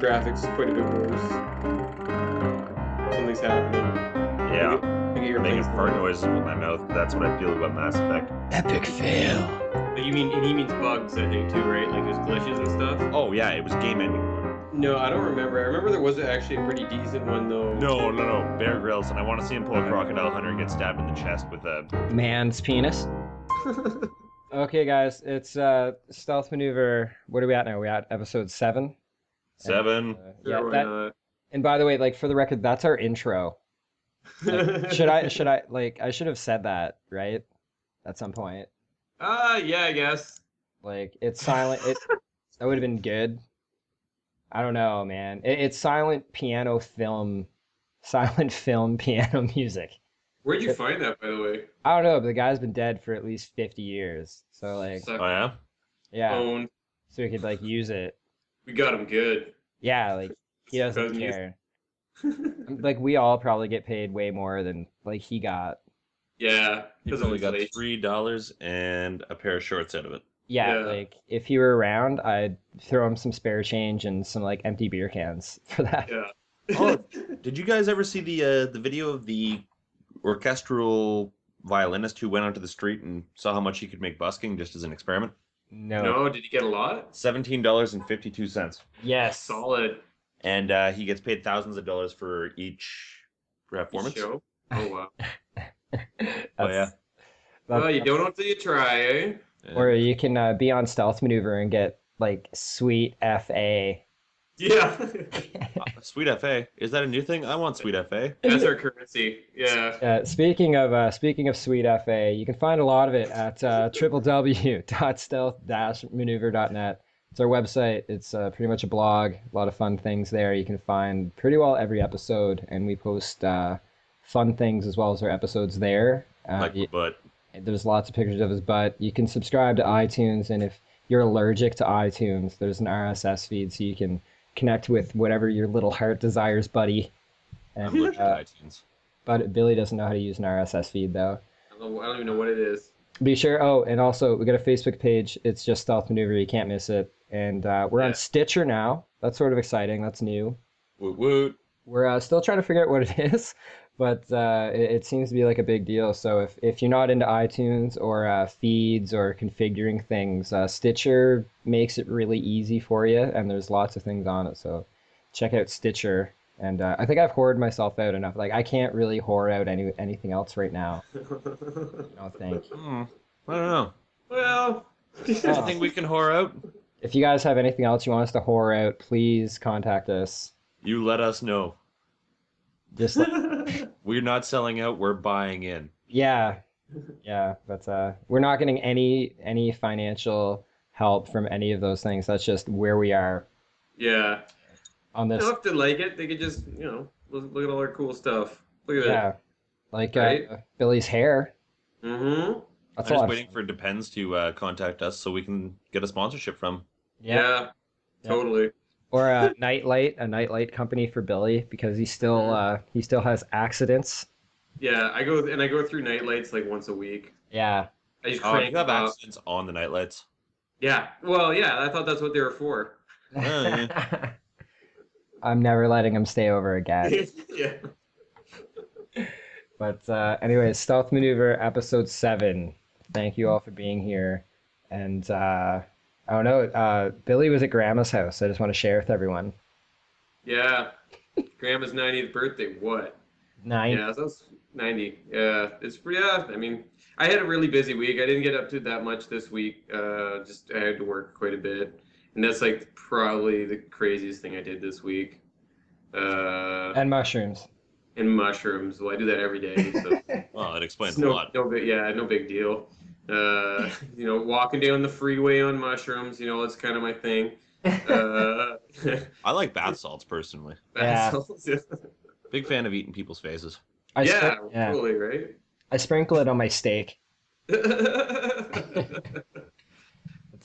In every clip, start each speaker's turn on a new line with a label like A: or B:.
A: graphics quite a bit worse. Something's happening.
B: Yeah,
A: I can hear
B: I'm making
A: things
B: fart
A: like-
B: noises with my mouth. That's what I feel about Mass Effect.
C: Epic fail.
A: But you mean and he means bugs, I think too, right? Like there's glitches and stuff.
B: Oh yeah, it was game ending.
A: No, I don't remember. I remember there was actually a pretty decent one though.
B: No, no, no, Bear Grylls, and I want to see him pull a crocodile hunter and get stabbed in the chest with a.
C: Man's penis. Okay, guys, it's uh stealth maneuver. What are we at now? We're at episode seven.
B: Seven.
C: Uh, yeah,
A: Sure, why
C: that-
A: not?
C: and by the way, like for the record, that's our intro. Should I? Should I? Like, I should have said that right at some point.
A: Uh yeah, I guess.
C: Like, it's silent. It that would have been good. I don't know, man. It, it's silent piano film, silent film piano music.
A: Where'd you find that by the way?
C: I don't know, but the guy's been dead for at least fifty years. So like,
A: Suck
B: Oh yeah.
C: yeah,
A: phone.
C: so we could like use it.
A: We got him good.
C: Yeah, like he doesn't
A: Cousin, you-
C: care. like we all probably get paid way more than like he got.
A: Yeah.
B: He
A: because
B: probably got
A: late.
B: three dollars and a pair of shorts out of it.
C: Yeah,
A: Yeah.
C: like if he were around, I'd throw him some spare change and some like empty beer cans for that.
A: Yeah.
B: Oh, Did you guys ever see the uh, the video of the orchestral violinist who went onto the street and saw how much he could make busking just as an experiment?
C: No.
A: no, did he get a lot?
B: Seventeen dollars and fifty two cents,
C: Yes.
A: Solid
B: and uh, he gets paid thousands of dollars for each performance.
A: show. Oh wow.
C: That's-
B: Oh, yeah.
C: that's-
A: well, you don't know until you try, eh?
B: Yeah.
C: Or you can uh, be on stealth maneuver and get like sweet fa.
A: Yeah.
B: Uh, Sweet FA, is that a new thing? I want Sweet FA.
A: That's our currency. Yeah.
C: Uh, speaking of uh, speaking of sweet fa, you can find a lot of it at uh, www.stealth-maneuver.net. It's our website. It's uh, pretty much a blog. A lot of fun things there. You can find pretty well every episode, and we post uh, fun things as well as our episodes there. Uh,
B: Like,
C: y-
B: but
C: there's lots of pictures of his butt. You can subscribe to iTunes, and if you're allergic to iTunes, there's an RSS feed so you can connect with whatever your little heart desires, buddy.
B: I'm
C: And,
B: allergic
C: uh,
B: to iTunes.
C: but Billy doesn't know how to use an RSS feed though.
A: I don't, know- I don't even know what it is.
C: Be sure. Oh, and also we got a Facebook page. It's just Stealth Maneuver. You can't miss it. And uh, we're
A: Yeah.
C: on Stitcher now. That's sort of exciting. That's new.
B: Woot woot.
C: We're uh, still trying to figure out what it is, but uh, it, it seems to be like a big deal. So if, if you're not into iTunes or uh, feeds or configuring things, uh, Stitcher makes it really easy for you, and there's lots of things on it. So check out Stitcher. And uh, I think I've hoarded myself out enough. Like I can't really whore out any anything else right now. No, thank you.
B: Hmm. I don't know.
A: well,
B: Do you think we can whore out?
C: If you guys have anything else you want us to whore out, please contact us.
B: You let us know.
C: Just like,
B: We're not selling out. We're buying in.
C: yeah, yeah. That's uh, we're not getting any any financial help from any of those things. That's just where we are
A: yeah.
C: on
A: They
C: this.
A: don't have to like it. They could just, you know, look, look at all our cool stuff. Look at
C: Yeah, like
A: Right?
C: uh, Billy's hair.
A: that. Mm-hmm.
C: That's
B: I'm
C: all.
B: just waiting for Depends to uh, contact us so we can get a sponsorship from.
A: Yeah.
C: yeah. Yeah.
A: Totally.
C: Or a nightlight, a nightlight company for Billy because he still uh, he still has accidents.
A: Yeah. I go and I go through night lights like once a week.
C: Yeah.
A: I just
B: Oh,
A: crank
B: you have
A: them up.
B: accidents on the nightlights.
A: Yeah. Well, yeah. I thought that's what they were for.
B: Oh,
C: I'm never letting him stay over again.
A: yeah.
C: But uh, anyway, Stealth Maneuver episode seven. Thank you all for being here. And uh, I don't know, uh, Billy was at Grandma's house. I just want to share with everyone.
A: Yeah. Grandma's 90th birthday. What?
C: Nine.
A: Yeah, so that's 90. Yeah, it's pretty. Yeah, I mean, I had a really busy week. I didn't get up to that much this week. Uh, just I had to work quite a bit, and that's like probably the craziest thing I did this week. Uh,
C: And mushrooms.
A: and mushrooms. Well, I do that every day. So
B: Well, it
A: it's
B: explains
A: no,
B: a lot.
A: no big, yeah, no big deal. Uh, you know, walking down the freeway on mushrooms. You know, it's kind of my thing. Uh,
B: I like bath salts personally.
C: Yeah.
B: Big fan of eating people's faces.
C: I
A: yeah,
C: sprin- yeah.
A: totally right.
C: I sprinkle it on my steak. It's,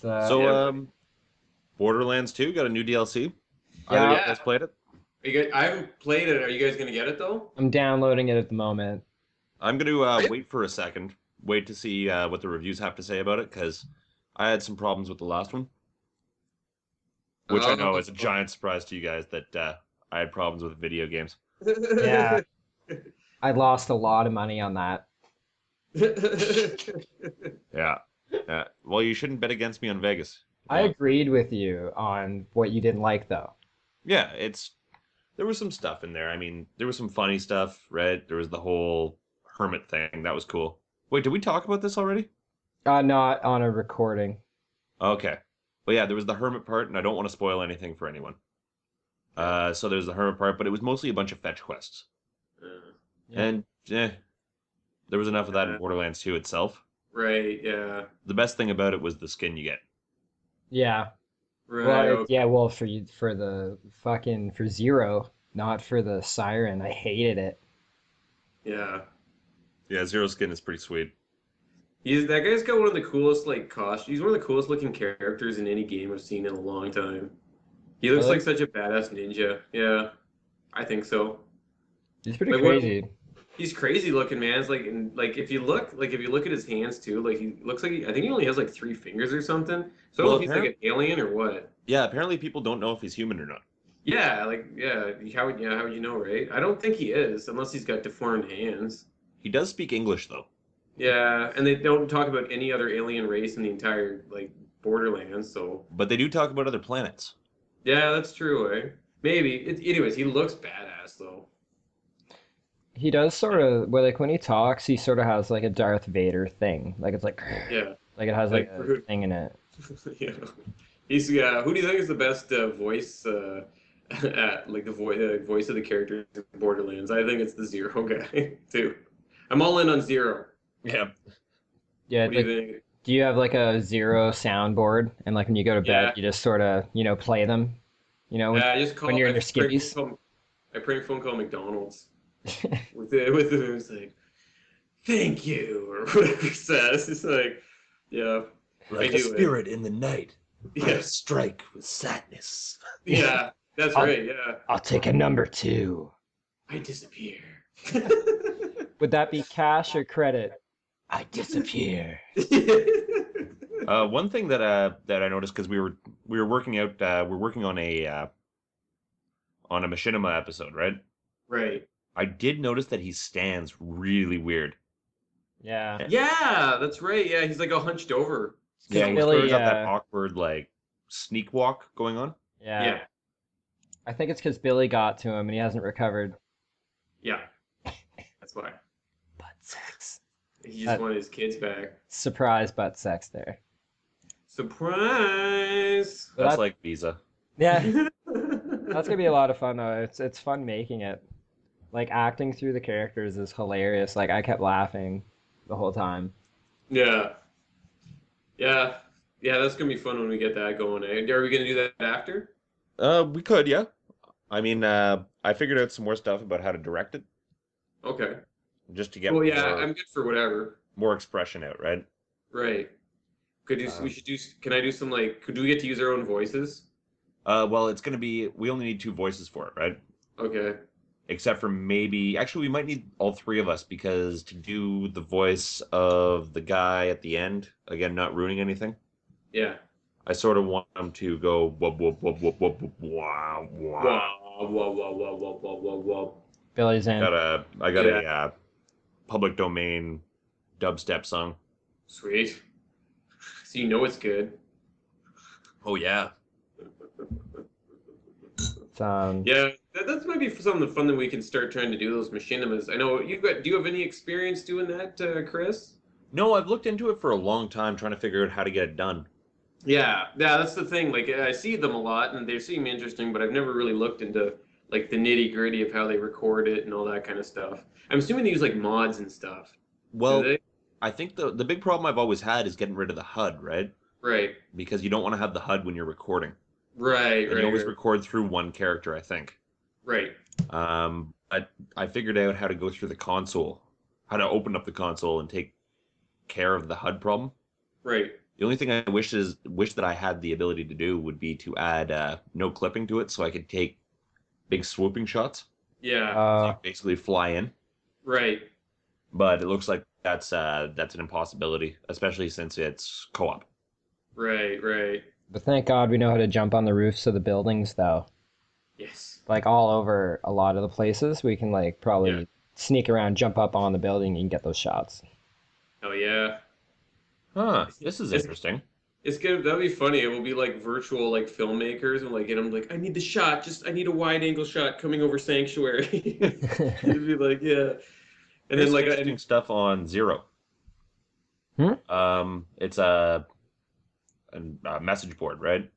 C: uh,
B: so,
A: yeah.
B: um, Borderlands 2 got a new DLC.
C: Yeah.
B: Either of you
A: Yeah.
B: guys played it?
A: Are you guys, I haven't played it. Are you guys gonna get it though?
C: I'm downloading it at the moment.
B: I'm going to uh, wait for a second, wait to see uh, what the reviews have to say about it because I had some problems with the last one. which I
A: Oh.
B: know is a giant surprise to you guys that uh, I had problems with video games.
C: Yeah. I lost a lot of money on that.
B: Yeah. Uh, well, you shouldn't bet against me on Vegas.
C: I
B: Yeah.
C: agreed with you on what you didn't like, though.
B: yeah it's there was some stuff in there i mean there was some funny stuff right there was the whole hermit thing that was cool wait did we talk about this already
C: Uh, not on a recording.
B: okay well yeah there was the hermit part and i don't want to spoil anything for anyone uh so there's the hermit part but it was mostly a bunch of fetch quests
A: Uh,
C: Yeah.
B: and eh, there was enough of that
A: Yeah.
B: in borderlands 2 itself
A: right. Yeah.
B: the best thing about it was the skin you get
C: Yeah.
A: Right.
C: Well, it-
A: okay.
C: yeah. Well, for you, for the fucking for zero, not for the siren. I hated it.
A: yeah.
B: yeah zero skin is pretty sweet
A: He's that guy's got one of the coolest like costumes. He's one of the coolest looking characters in any game I've seen in a long time. He looks
C: Really?
A: like such a badass ninja. Yeah, I think so.
C: It's pretty
A: Like, what-
C: crazy.
A: He's crazy looking, man. It's like and, like if you look like if you look at his hands too, like he looks like he, I think he only has like three fingers or something. So I don't
B: Well,
A: know if he's like an alien or what.
B: yeah apparently people don't know if he's human or not
A: Yeah, like yeah, how would yeah how would you know, right? I don't think he is unless he's got deformed hands.
B: he does speak english though
A: Yeah, and they don't talk about any other alien race in the entire like Borderlands, so
B: but they do talk about other planets
A: Yeah, that's true, eh? Maybe. It, anyways, he looks badass though.
C: He does sort of well, like when he talks, he sort of has like a Darth Vader thing. Like it's like
A: Yeah,
C: like it has like,
A: Like,
C: a thing in it.
A: yeah. He's yeah. Who do you think is the best uh, voice? Uh, at, like the voice, uh, voice of the character in Borderlands. I think it's the Zero guy too. I'm all in on Zero.
B: Yeah,
C: Yeah.
A: What
C: it's
A: do you
C: Like,
A: think?
C: do you have like a zero soundboard? And like when you go to bed,
A: Yeah.
C: you just sort of you know play them. You know.
A: Yeah, I just call.
C: when you're in
A: I
C: your
A: prank
C: skivvies?
A: phone call- I prank phone call McDonald's with the with the it's like, thank you or whatever he says. It's like, yeah,
D: Like
A: I do
D: a
A: it.
D: spirit in the night, I
A: yes,
D: strike with sadness.
A: yeah. That's
C: I'll-
A: right. Yeah,
C: I'll take a number two.
A: I disappear.
C: Would that be cash or credit?
D: I disappear.
B: Uh, one thing that uh that I noticed because we were we were working out uh, we're working on a uh, on a machinima episode, right?
A: right.
B: I did notice that he stands really weird.
C: Yeah.
A: Yeah, that's right. Yeah, he's like all hunched over.
C: Yeah,
B: he
C: really,
B: really, got that
C: uh,
B: awkward like sneak walk going on.
C: Yeah.
A: yeah.
C: I think it's because Billy got to him and he hasn't recovered.
A: Yeah. That's why.
C: Butt sex.
A: He just
C: Uh,
A: wanted his kids back.
C: Surprise butt sex there.
A: Surprise.
C: But
B: That's
C: that-
B: like Visa.
C: Yeah. That's
A: that's
C: gonna be a lot of fun though. It's it's fun making it. Like acting through the characters is hilarious. Like I kept laughing the whole time.
A: Yeah. Yeah. Yeah, that's gonna be fun when we get that going. eh? Are we gonna do that after?
B: Uh, we could, yeah. I mean, uh, I figured out some more stuff about how to direct it
A: Okay.
B: just to get
A: well, yeah,
B: more,
A: I'm good for whatever.
B: more expression out, right?
A: Right. Could do.
B: Um,
A: we should do. Can I do some like? Could do we get to use our own voices?
B: Uh, well, it's gonna be we only need two voices for it, right?
A: Okay.
B: except for maybe actually we might need all three of us because to do the voice of the guy at the end again not ruining anything
A: Yeah.
B: i sort of want him to go wub wub wub wub wub wub wow wow
A: Whoa, whoa, whoa, whoa, whoa, whoa, whoa, whoa.
C: Billy's in.
B: i got a i got a uh, public domain dubstep song
A: Sweet. So you know it's good.
B: oh yeah
C: It's, um,
A: Yeah, that, that might be something fun that we can start trying to do those machinimas. I know you've got. Do you have any experience doing that, uh, Chris?
B: no i've looked into it for a long time trying to figure out how to get it done
A: Yeah, yeah. That's the thing. Like I see them a lot, and they seem interesting, but I've never really looked into like the nitty gritty of how they record it and all that kind of stuff. I'm assuming they use like mods and stuff. Do
B: well
A: they?
B: i think the the big problem i've always had is getting rid of the hud right
A: right,
B: because you don't want to have the hud when you're recording
A: right,
B: and you always
A: right, right,
B: record through one character i think
A: right.
B: Um, I I figured out how to go through the console, how to open up the console and take care of the HUD problem.
A: right.
B: The only thing I wish is wish that I had the ability to do would be to add uh, no clipping to it, so I could take big swooping shots,
A: Yeah,
B: so
C: uh,
B: you basically fly in.
A: right.
B: But it looks like that's uh, that's an impossibility, especially since it's co-op.
A: Right, right.
C: But thank God we know how to jump on the roofs of the buildings, though.
A: Yes.
C: Like all over a lot of the places, we can like probably
A: Yeah.
C: sneak around, jump up on the building, and get those shots.
A: Oh yeah.
B: Huh. This is
A: It's-
B: interesting.
A: It's gonna that'd be funny. It will be like virtual like filmmakers and like get them like I need the shot. Just I need a wide angle shot coming over sanctuary. You'd be like yeah, and
B: There's
A: then like
B: interesting
A: and,
B: stuff on Zero.
C: Hmm?
B: Um, it's a, an- a message board, right?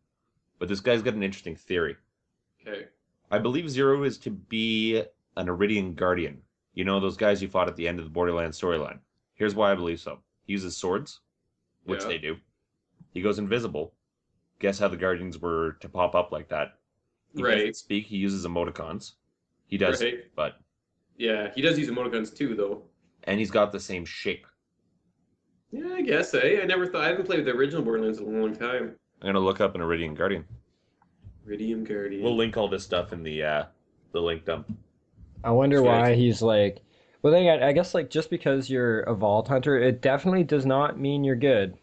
B: But this guy's got an interesting theory.
A: okay
B: I believe Zero is to be an Iridian guardian. You know those guys you fought at the end of the Borderlands storyline. Here's why I believe so. He uses swords, which
A: Yeah.
B: they do. He goes invisible. Guess how the guardians were to pop up like that? He
A: right
B: doesn't speak. He uses emoticons. He does,
A: right
B: but
A: yeah. He does use emoticons too though.
B: and he's got the same shape.
A: Yeah, I guess. Eh? I never thought I haven't played the original Borderlands in a long time.
B: I'm gonna look up an Iridian guardian.
A: Iridium Guardian.
B: We'll link all this stuff in the uh, the link dump.
C: I wonder
B: Straight.
C: why he's like. Well, then again, I guess like just because you're a vault hunter, it definitely does not mean you're good.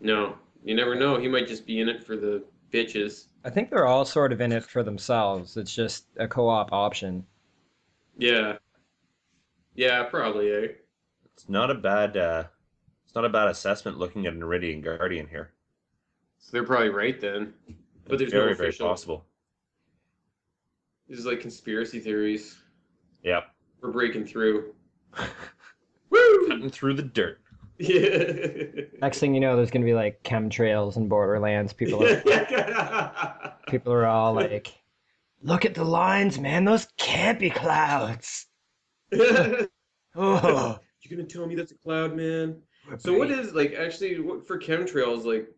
A: no, you never know. He might just be in it for the bitches.
C: I think they're all sort of in it for themselves. It's just a co-op option.
A: Yeah. Yeah, probably. Eh?
B: It's not a bad uh, it's not a bad assessment looking at an Iridian guardian here.
A: So they're probably right then. But there's no
B: very very
A: official-
B: possible.
A: This is like conspiracy theories.
B: Yeah,
A: We're breaking through. Woo!
B: cutting through the dirt.
A: Yeah.
C: Next thing you know, there's gonna be like chemtrails and Borderlands. People are people are all like, "Look at the lines, man. Those can't be clouds."
A: You're
C: Oh,
A: gonna tell me that's a cloud, man? So what is like actually what, for chemtrails like?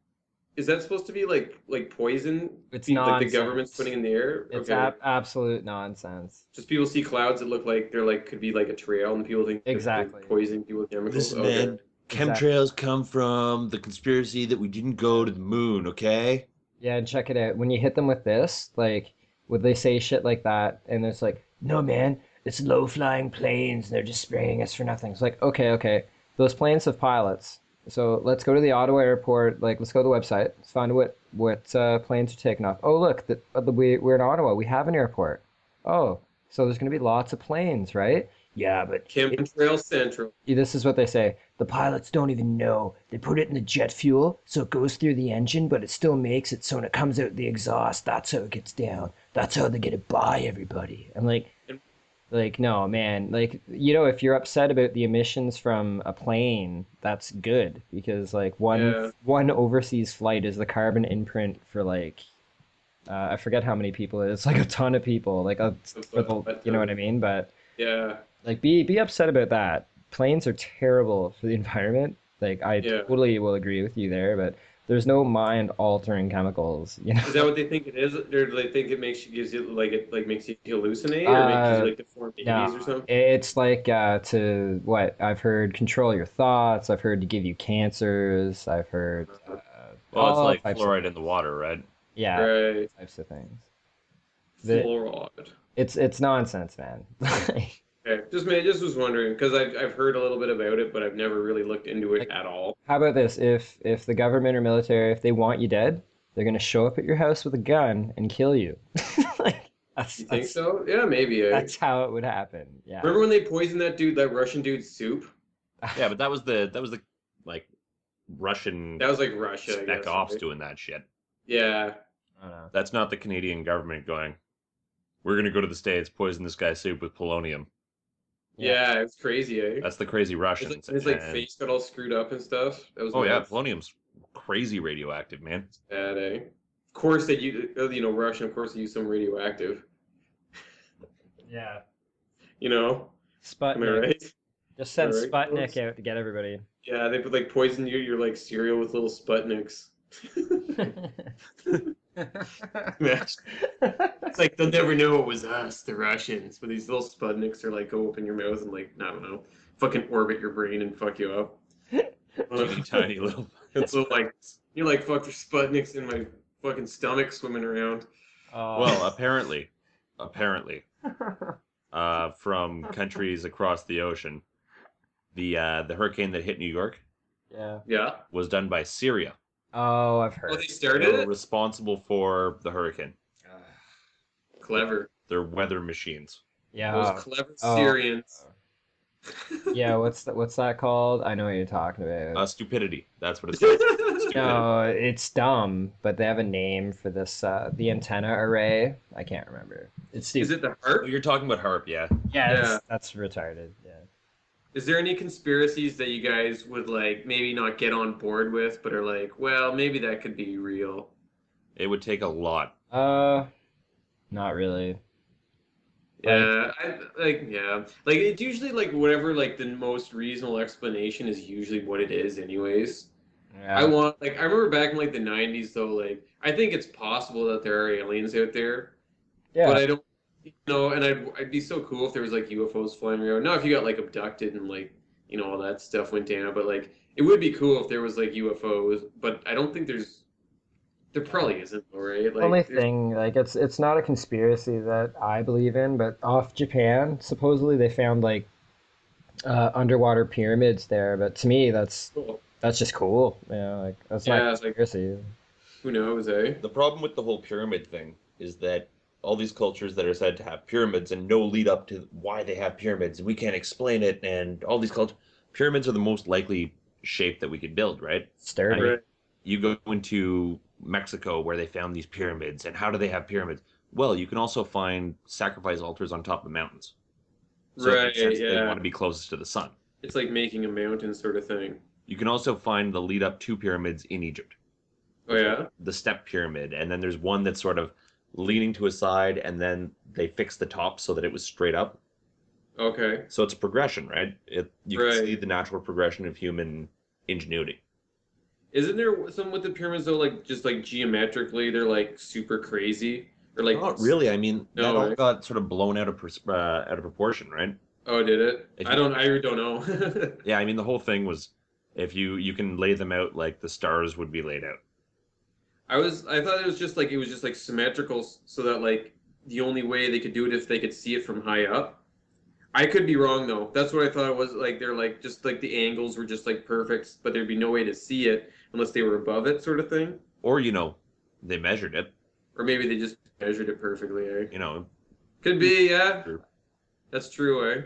A: Is that supposed to be like like poison?
C: It's
A: Be- like the
C: nonsense.
A: government's putting in the air.
C: It's ab- absolute nonsense.
A: Just people see clouds that look like they're like could be like a trail, and people think they're
C: Exactly.
A: poison people with chemicals.
D: Listen,
A: Okay.
D: man.
C: Exactly.
D: Chemtrails come from the conspiracy that we didn't go to the moon, okay?
C: Yeah, and check it out. When you hit them with this, like, would they say shit like that? And it's like, no, man, it's low flying planes. and They're just spraying us for nothing. It's like, oh, okay, okay. Those planes have pilots. So let's go to the Ottawa airport. Like, let's go to the website. Let's find what what uh, planes are taking off. Oh, look, the, uh, the, we, we're in Ottawa. We have an airport. Oh, so there's going to be lots of planes, right? Yeah, but
A: Chemtrail Central.
C: this is what they say the pilots don't even know they put it in the jet fuel so it goes through the engine but it still makes it so when it comes out the exhaust that's how it gets down that's how they get it by everybody i'm like
A: And-
C: like no man like you know if you're upset about the emissions from a plane that's good because like one
A: Yeah.
C: one overseas flight is the carbon imprint for like uh, i forget how many people it is like a ton of people like a, for the, you know what i mean but
A: Yeah.
C: like be be upset about that planes are terrible for the environment like i
A: Yeah.
C: totally will agree with you there but there's no mind altering chemicals you know
A: Is that what they think it is? Or do they think it makes you gives you like it like makes you hallucinate or makes
C: Uh,
A: you like deformed
C: no.
A: babies or something?
C: it's like uh, to what i've heard control your thoughts i've heard to give you cancers i've heard uh,
B: Well,
C: all
B: it's like
C: types of-
B: fluoride in the water, right?
C: yeah
A: Right.
C: types of things The-
A: Fluoride.
C: it's it's nonsense man Like,
A: Okay. Just man, just was wondering because I've I've heard a little bit about it, but I've never really looked into it
C: Like-
A: at all.
C: how about this if if the government or military if they want you dead they're going to show up at your house with a gun and kill you like that's,
A: You think
C: that's
A: so? Yeah, maybe. eh?
C: That's how it would happen. Yeah.
A: Remember when they poisoned that dude, that Russian dude's soup?
B: Yeah, but that was the that was the like Russian
A: That was like Russia. I
B: spec
A: guess,
B: ops
A: right?
B: doing that shit.
A: Yeah.
C: I don't know.
B: That's not the Canadian government going. We're gonna go to the states, poison this guy's soup with polonium.
A: Yeah, it was crazy, eh?
B: That's the crazy
A: His,
B: Russians.
A: like, his like
B: and-
A: face got all screwed up and stuff. That was
B: Oh yeah,
A: nuts.
B: polonium's crazy radioactive, man.
A: bad, eh? Of course they use, uh, you know, Russian. Of course they use some radioactive.
C: Yeah.
A: You know, am I
C: Sputnik.
A: right?
C: Just send
A: Am I right,
C: Sputnik
A: folks?
C: out to get everybody.
A: Yeah, they put like poison you. You're like cereal with little Sputniks. it's like they'll never know it was us, the Russians. But these little Sputniks are like go open your mouth and like I don't know, fucking orbit your brain and fuck you up.
B: Teeny tiny little.
A: And so like you're like fuck there's Sputniks in my fucking stomach swimming around.
C: Oh,
B: Well, apparently, apparently, uh, from countries across the ocean, the uh, the hurricane that hit New York
C: yeah.
A: Yeah.
B: was done by Syria.
C: Oh, I've heard.
A: Well, they
B: They
A: started
B: were
A: it.
B: responsible for the hurricane.
A: Ah, clever.
B: They're weather machines.
C: yeah.
A: Those clever
C: Oh.
A: Syrians.
C: yeah, what's that? What's that called? I know what you're talking about.
B: Uh, stupidity. That's what it's called.
C: no, it's dumb, but they have a name for this. Uh, the antenna array. I can't remember. It's
A: Is
C: stupid.
A: it the
B: Oh,
A: harp?
B: You're talking about harp, yeah.
C: yeah, that's-
A: Yeah.
C: that's retarded. Yeah.
A: Is there any conspiracies that you guys would like maybe not get on board with, but are like, well, maybe that could be real?
B: It would take a lot.
C: Uh, not really.
A: Yeah, I like yeah, like it's usually like whatever like the most reasonable explanation is usually what it is, anyways.
C: Yeah.
A: I want like I remember back in like the '90s though, like I think it's possible that there are aliens out there,
C: yeah.
A: but I don't, you know, and I'd I'd be so cool if there was like UFOs flying around. Not if you got like abducted and like you know all that stuff went down, but like it would be cool if there was like UFOs, but I don't think there's. There probably isn't, though, right? Like,
C: Only
A: there's-
C: thing, like it's it's not a conspiracy that I believe in, but off Japan, supposedly they found like uh, underwater pyramids there. But to me, that's
A: Cool.
C: that's just cool. You know, like that's
A: Yeah,
C: not
A: it's like
C: conspiracy.
A: who knows, eh?
B: The problem with the whole pyramid thing is that all these cultures that are said to have pyramids and no lead up to why they have pyramids and we can't explain it and all these cultures pyramids are the most likely shape that we could build, right?
C: Sturdy.
A: Right.
B: you go into Mexico where they found these pyramids, and how do they have pyramids? Well, you can also find sacrifice altars on top of mountains. So it
A: Right,
B: makes sense that They
A: yeah.
B: want to be closest to the sun.
A: It's like making a mountain sort of thing.
B: You can also find the lead up to pyramids in Egypt,
A: Oh yeah.
B: the step pyramid, and then there's one that's sort of leaning to a side, and then they fixed the top so that it was straight up.
A: Okay.
B: So it's a progression, right? It, you
A: Right.
B: can see the natural progression of human ingenuity.
A: Isn't there some with the pyramids though? Like just like geometrically, they're like super crazy or like
B: Not Oh, really. I mean, that
A: No,
B: all
A: right.
B: got sort of blown out of pers- uh, out of proportion, right?
A: Oh, did it?
B: If
A: I
B: you-
A: don't. I don't know.
B: Yeah, I mean the whole thing was if you you can lay them out like the stars would be laid out.
A: I was. I thought it was just like it was just like symmetrical, s- so that like the only way they could do it if they could see it from high up. I could be wrong though. That's what I thought it was. Like they're like just like the angles were just like perfect, but there'd be no way to see it unless they were above it, sort of thing.
B: Or you know, they measured it.
A: Or maybe they just measured it perfectly. Eh?
B: You know,
A: Could be. Yeah.
B: True.
A: That's true. Eh.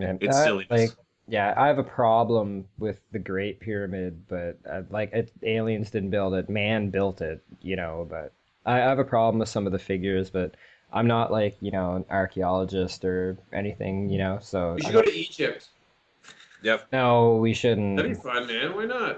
C: Man,
B: it's
C: I-
B: silliness.
C: Like, yeah, I have a problem with the Great Pyramid, but uh, like it, aliens didn't build it, man built it, you know. But I, I have a problem with some of the figures, but I'm not like you know an archaeologist or anything, you know. So
A: We
C: I
A: should go
C: don't-
A: to Egypt.
B: yep.
C: no, we shouldn't.
A: That'd be fun, man. Why not?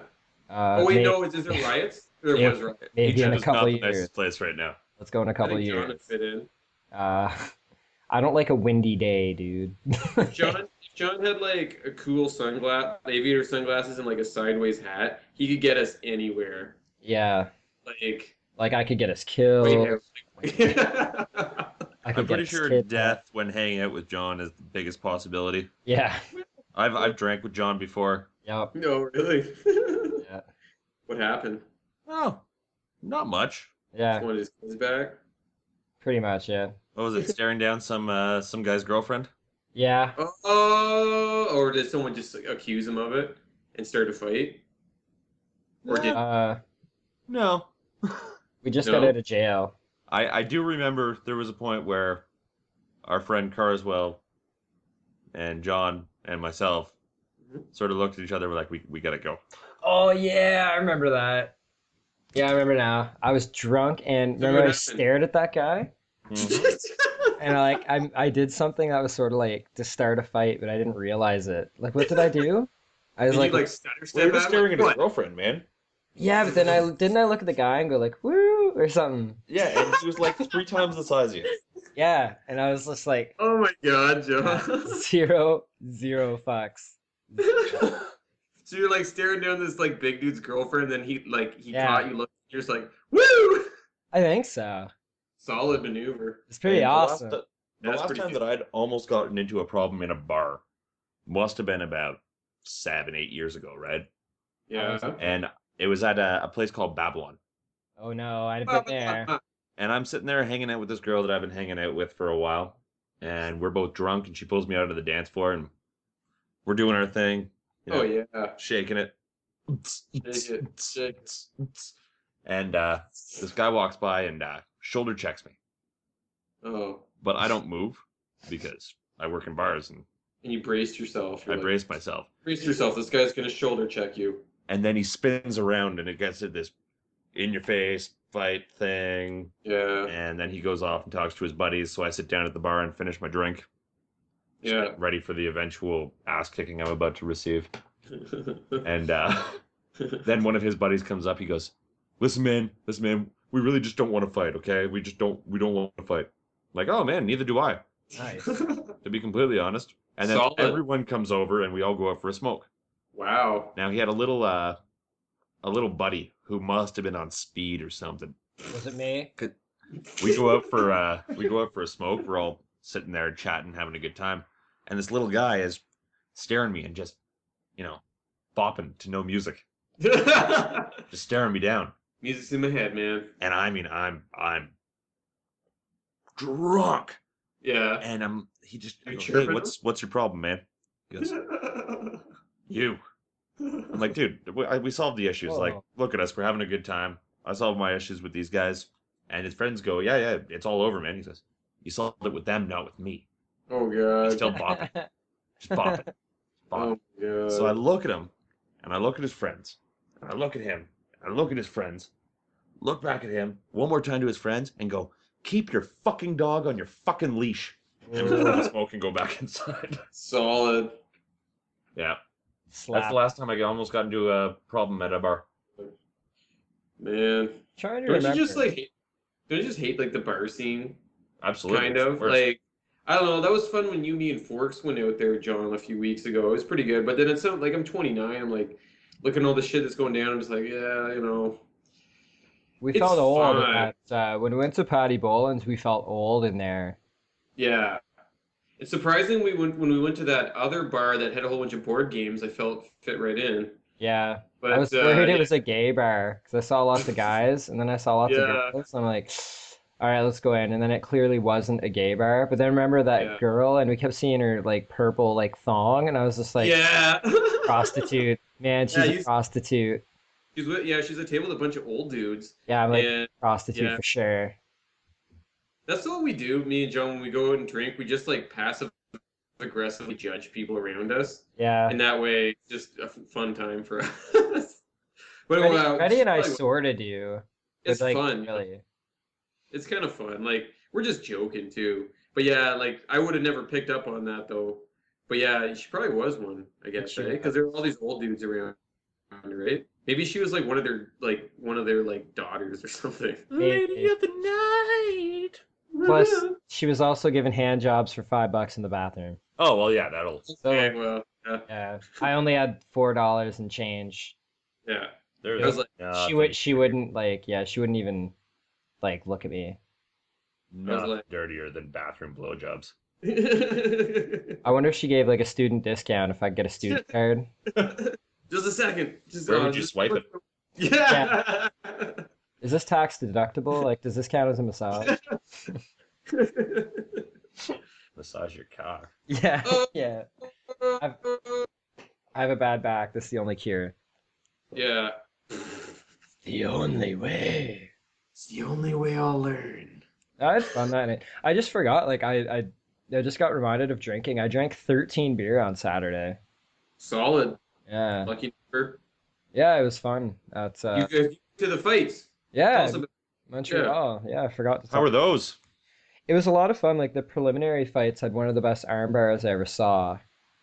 C: Uh,
A: oh wait,
C: may-
A: no, is, is there riots? There
C: Yeah.
A: was riots.
C: maybe in
B: Egypt
C: a
B: is not
C: couple
B: the
C: of years.
B: nicest place right now.
C: Let's go in a
A: I
C: couple of
A: think John would
C: years.
A: fit in.
C: Uh, I don't like a windy day, dude.
A: If John, if John had like a cool sunglass, aviator sunglasses, and like a sideways hat. He could get us anywhere.
C: yeah,
A: Like,
C: like I could get us killed.
A: White House.
C: I could
B: I'm
C: get
B: pretty
C: us
B: sure
C: kidnapped.
B: death when hanging out with John is the biggest possibility.
C: Yeah.
B: I've I've drank with John before.
C: Yep.
A: no, really.
C: Yeah.
A: What happened?
B: Oh, not much.
C: Yeah.
A: Someone his kids back.
C: Pretty much. Yeah.
B: What was it? Staring down some uh, some guy's girlfriend.
C: Yeah.
A: Oh, or did someone just like, accuse him of it and start a fight? Or did-
C: Uh,
B: no?
C: we just
A: No.
C: got out of jail.
B: I, I do remember there was a point where our friend Carswell and John and myself
C: Mm-hmm.
A: Mhm.
B: sort of looked at each other. We're like, we, we gotta go.
C: Oh yeah, I remember that. Yeah, I remember now. I was drunk and
A: So
C: remember
A: what
C: I
A: happened?
C: stared at that guy
A: Mm-hmm.
B: Mhm.
C: Mm-hmm. and I, like I I did something that was sort of like to start a fight, but I didn't realize it. Like what did I do? I was
A: Did
C: like,
A: you like stutter
B: we were
A: step
B: just
A: at him?
B: staring
A: Like,
B: at his
A: what?
B: girlfriend, man.
C: yeah, but then I didn't I look at the guy and go like woo or something.
B: Yeah, and he was like three times the size of you.
C: Yeah, and I was just like
A: Oh my god, John.
C: zero zero fucks.
A: so you're like staring down this like big dude's girlfriend, then he like he
C: Yeah.
A: caught you looking. You're just like, woo!
C: I think so.
A: Solid maneuver.
C: It's pretty
B: And the last-
C: awesome.
B: The
A: That's
B: last,
A: pretty
B: time
A: good.
B: that I'd almost gotten into a problem in a bar must have been about seven, eight years ago, right?
A: Yeah.
B: And it was at a, a place called Babylon.
C: Oh no, I'd
A: Ah,
C: have been there.
B: and I'm sitting there hanging out with this girl that I've been hanging out with for a while, and we're both drunk, and she pulls me out of the dance floor, and we're doing our thing, you know,
A: Oh yeah.
B: shaking it, And uh, this guy walks by and uh, shoulder checks me,
A: Oh,
B: but I don't move because I work in bars and
A: and you braced yourself.
B: I
A: You're like,
B: brace myself.
A: Brace yourself. This guy's gonna shoulder check you.
B: And then he spins around and it gets at this in your face fight thing.
A: Yeah,
B: And then he goes off and talks to his buddies. So I sit down at the bar and finish my drink,
A: yeah.
B: ready for the eventual ass kicking I'm about to receive. And uh, then one of his buddies comes up. He goes, "Listen, man, listen, man. We really just don't want to fight. Okay, we just don't. We don't want to fight." I'm like, oh man, neither do I.
C: Nice.
B: To be completely honest. And then
A: Solid.
B: everyone comes over, and we all go out for a smoke.
A: wow.
B: Now he had a little, uh, a little buddy who must have been on speed or something.
C: Was it me?
B: We go out for, uh, we go out for a smoke. We're all sitting there chatting, having a good time, and this little guy is staring me and just, you know, bopping to no music, just staring me down.
A: Music's in my head, man.
B: and I mean I'm I'm drunk,
A: Yeah.
B: and I'm he just I
A: You
B: go, hey,
A: chirping
B: what's what's your problem, man? He goes, you. I'm
A: Oh,
B: like, dude, we, I, we solved the issues. Like,
C: Whoa.
B: look at us, we're having a good time. I solved my issues with these guys, and his friends go, yeah, yeah, it's all over, man. He says, you solved it with them, not with me.
A: oh
B: He's
A: god.
B: still bopping, just bopping, just bopping.
A: oh god.
B: So I look at him, and I look at his friends, and I look at him, and I look at his friends, look back at him one more time to his friends, and go, "Keep your fucking dog on your fucking leash." And we blow the smoke and go back inside.
A: Solid.
B: Yeah, that's
C: Slap.
B: the last time I almost got into a problem at a bar.
A: Man.
C: Trying
A: Don't
C: to
A: you
C: remember.
A: just like hate- don't you just hate like the bar scene?
B: Absolutely,
A: Kind
B: it's the
A: of.
B: worst.
A: Like I don't know, that was fun when you, me, and Forks went out there, John, a few weeks ago. It was pretty good. But then it's something like I'm twenty nine, I'm like looking at all the shit that's going down, I'm just like, yeah, you know.
C: we
A: it's
C: felt old
A: fine.
C: at, uh, when we went to Patty Boland's. We felt old in there.
A: Yeah. It's surprising we went when we went to that other bar that had a whole bunch of board games, I felt fit right in.
C: Yeah,
A: But
C: I was
A: uh,
C: worried
A: yeah.
C: it was a gay bar because I saw lots of guys and then I saw lots
A: Yeah.
C: of girls. I'm like, all right, let's go in. And then it clearly wasn't a gay bar. But then I remember that
A: Yeah.
C: girl and we kept seeing her like purple like thong and I was just like,
A: yeah.
C: prostitute, man, she's
A: Yeah,
C: a
A: you-
C: prostitute.
A: she's with, yeah, she's at a table with a bunch of old dudes.
C: Yeah, I'm like
A: and
C: prostitute
A: yeah.
C: for sure.
A: That's what we do, me and Joe, when we go out and drink. We just like passive aggressively judge people around us,
C: Yeah.
A: and that way, just a f- fun time for us. but
C: Freddie,
A: wow,
C: Freddie and I
A: like,
C: sorted you. but,
A: it's
C: like,
A: fun.
C: Really.
A: It's kind of fun. Like we're just joking too. But yeah, like I would have never picked up on that though. But yeah, she probably was one, I guess,
C: she
A: right? Because there were all these old dudes around, right? Maybe she was like one of their like one of their like daughters or something.
C: Maybe.
B: of the night.
C: Plus, she was also given hand jobs for five bucks in the bathroom.
B: Oh well, yeah, that'll.
C: So
A: okay,
C: like,
A: well,
C: yeah, I only had four dollars and change.
A: yeah.
B: There's.
A: I was like,
B: Oh, uh,
C: she would she wouldn't like yeah she wouldn't even like look at me
B: nothing
A: like-
B: dirtier than bathroom blowjobs.
A: just
C: i wonder if she gave like a student discount if i get a student card
A: a second. Just,
B: Where would
A: uh,
B: you
A: just-
B: swipe it?
A: Yeah.
C: is this tax deductible like does this count as a massage
B: Massage your cock.
C: yeah yeah i have a bad back that's the only cure
A: yeah.
C: the only way
A: It's the only way I'll learn.
C: i had fun that night i just forgot like i i I just got reminded of drinking. I drank 13 beer on Saturday.
A: Solid.
C: Yeah,
A: Lucky number.
C: yeah, it was fun. That's uh,
A: you guys get to the fights. Tell
C: yeah,
A: us about-
C: Montreal. Yeah, I forgot to.
B: How
C: talk-
B: are those?
C: it was a lot of fun. Like the preliminary fights had one of the best arm bars I ever saw.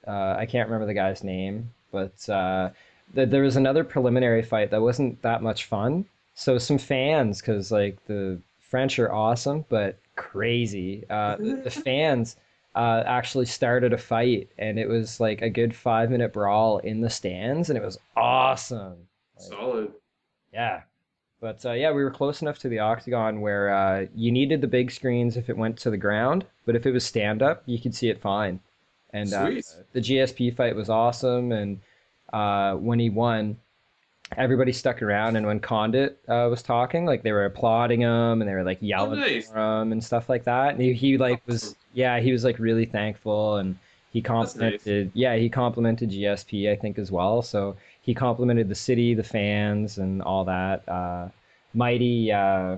C: Uh, I can't remember the guy's name, but uh, th- there was another preliminary fight that wasn't that much fun. So some fans, because like the French are awesome, but crazy. Uh, the, the fans uh, actually started a fight, and it was like a good five minute brawl in the stands, and it was awesome.
A: Solid.
C: Yeah. But uh, yeah, we were close enough to the octagon where uh, you needed the big screens if it went to the ground, but if it was stand up, you could see it fine. And uh,
A: Sweet.
C: the GSP fight was awesome. And uh, when he won, everybody stuck around. And when Condit uh, was talking, like they were applauding him and they were like yelling
A: Oh, nice.
C: for him and stuff like that. And he, he like was
A: Awesome.
C: yeah, he was like really thankful and he He
A: That's nice.
C: complimented, yeah, he complimented GSP, I think, as well. So he complimented the city, the fans, and all that. Uh, Mighty, uh,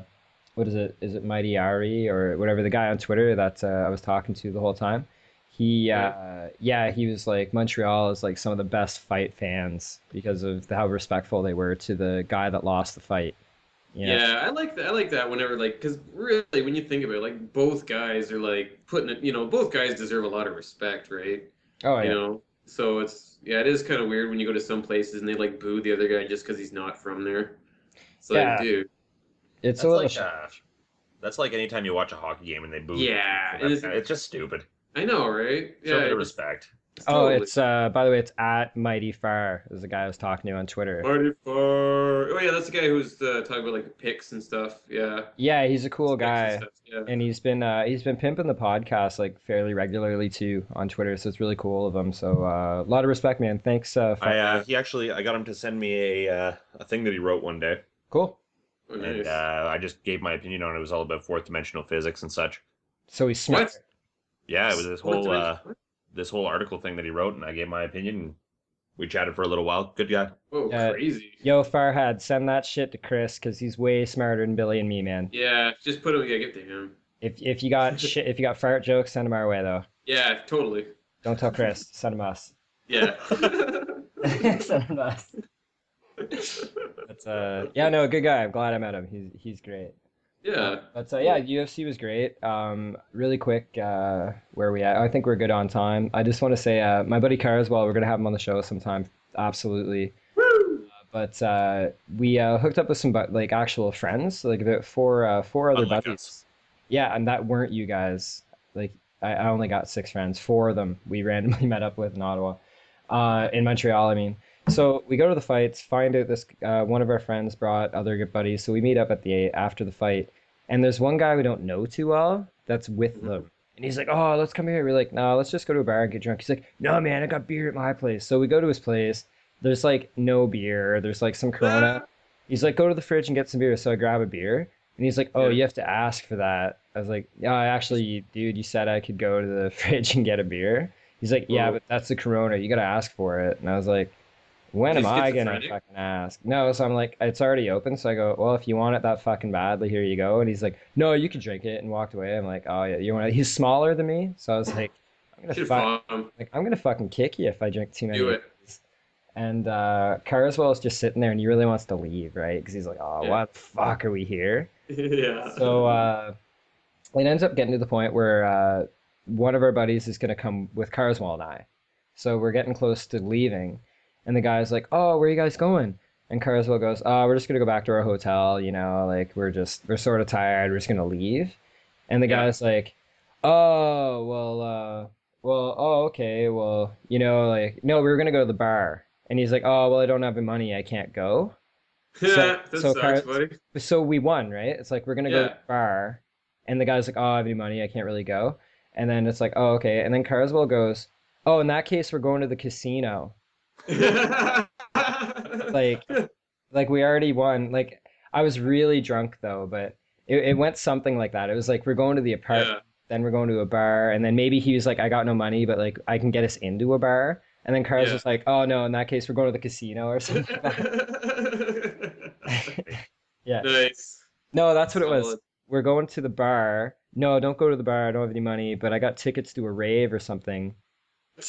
C: what is it? Is it Mighty Ari or whatever the guy on Twitter that uh, I was talking to the whole time? He, uh, yeah, he was like Montreal is like some of the best fight fans because of the, how respectful they were to the guy that lost the fight. You know?
A: Yeah, I like that. I like that whenever like because really when you think about it, like both guys are like putting it. You know, both guys deserve a lot of respect, right?
C: Oh yeah.
A: You know, so it's yeah, it is kind of weird when you go to some places and they like boo the other guy just because he's not from there. It's like,
C: Yeah.
A: dude,
C: It's
B: That's
C: a little.
B: like
C: sh-
B: uh, that's like anytime you watch a hockey game and they boo.
A: Yeah, it
B: That's-
A: is-
B: it's just stupid.
A: I know, right?
B: Show a bit of
A: Yeah,
B: respect.
C: oh,
A: totally.
C: it's uh. By the way, it's at Mighty Far is the guy I was talking to on Twitter.
A: Marty Farr. Oh yeah, that's the guy who's uh, talking about like picks and stuff. Yeah,
C: Yeah, he's a cool
A: Picks and
C: guy,
A: stuff, Yeah.
C: and he's been uh he's been pimping the podcast like fairly regularly too on Twitter. So it's really cool of him. So uh, a lot of respect, man. Thanks. Uh, for-
B: I uh, he actually I got him to send me a uh, a thing that he wrote one day,
C: cool.
A: Oh, nice.
B: and uh, I just gave my opinion on it. It was all about fourth dimensional physics and such.
C: So he's smart.
A: What?
B: Yeah, it was this
A: What
B: whole
A: dimension-
B: uh, this whole article thing that he wrote, and I gave my opinion. and We chatted for a little while. Good guy.
A: Whoa,
C: uh,
A: crazy.
C: Yo, Farhad, send that shit to Chris because he's way smarter than Billy and me, man.
A: Yeah, just put him. Yeah, give it to him.
C: If if you got shit, if you got fart jokes, send them our way though.
A: Yeah, totally.
C: Don't tell Chris. send them us.
A: Yeah.
C: send them us. But, uh, yeah, no, good guy. I'm glad I met him. He's he's great.
A: yeah.
C: But uh, yeah, UFC was great. Um, really quick, uh, where we at? I think we're good on time. I just want to say, uh, my buddy Carswell, we're gonna have him on the show sometime. Absolutely.
A: Woo!
C: But uh, we uh, hooked up with some bu- like actual friends, like about four uh, four other
B: Unlike
C: buddies.
B: us.
C: Yeah, and that weren't you guys. Like I, I only got six friends. Four of them we randomly met up with in Ottawa, uh, in Montreal. I mean, so we go to the fights. Find out this uh, one of our friends brought other good buddies. So we meet up at the after the fight, and there's one guy we don't know too well that's with them. And he's like, "Oh, let's come here." We're like, "No, let's just go to a bar and get drunk." He's like, "No, man, I got beer at my place." So we go to his place. There's like no beer. There's like some Corona. He's like, "Go to the fridge and get some beer." So I grab a beer. And he's like, "Oh,
A: Yeah.
C: you have to ask for that." I was like, "Yeah, I actually, dude, you said I could go to the fridge and get a beer." He's like, "Yeah,
A: Whoa.
C: but that's the Corona. You gotta ask for it." And I was like, "When
A: Is
C: am
A: he
C: I gonna
A: schizophrenic?
C: fucking ask?" No, so I'm like, "It's already open." So I go, "Well, if you want it that fucking badly, here you go." And he's like, "No, you can drink it," and walked away. I'm like, "Oh yeah, you want?" He's smaller than me, so I was like, "I'm gonna,
A: Should
C: fuck,
A: follow him.
C: like, I'm gonna fucking kick you if I drink too many."
A: Do
C: of
A: it.
C: these." And uh, Carswell is just sitting there, and he really wants to leave, right? Because he's like, "Oh,
A: Yeah.
C: why the fuck are we here?"
A: yeah.
C: So uh, it ends up getting to the point where uh, one of our buddies is going to come with Carswell and I. So we're getting close to leaving. And the guy's like, Oh, where are you guys going? And Carswell goes, Oh, we're just going to go back to our hotel. You know, like we're just, we're sort of tired. We're just going to leave. And the
A: Yeah.
C: guy's like, Oh, well, uh, well, oh, okay. Well, you know, like, no, we were going to go to the bar. And he's like, Oh, well, I don't have the money. I can't go.
A: yeah, that
C: so
A: sucks,
C: Carl-
A: buddy.
C: so we won, right? It's like we're gonna go to
A: Yeah.
C: the bar, and the guy's like, "Oh, I have any money? I can't really go." And then it's like, "Oh, okay." And then Carswell goes, "Oh, in that case, we're going to the casino." Like, like we already won. Like I was really drunk though, but it, it went something like that. It was like we're going to the apartment,
A: yeah.
C: then we're going to a bar, and then maybe he was like, "I got no money, but like I can get us into a bar." And then Cars
A: Yeah.
C: was like, "Oh no, in that case, we're going to the casino or something." like that. Yeah.
A: Nice.
C: No, that's what it was.
A: Solid.
C: we're going to the bar. No, don't go to the bar. I don't have any money, but I got tickets to a rave or something.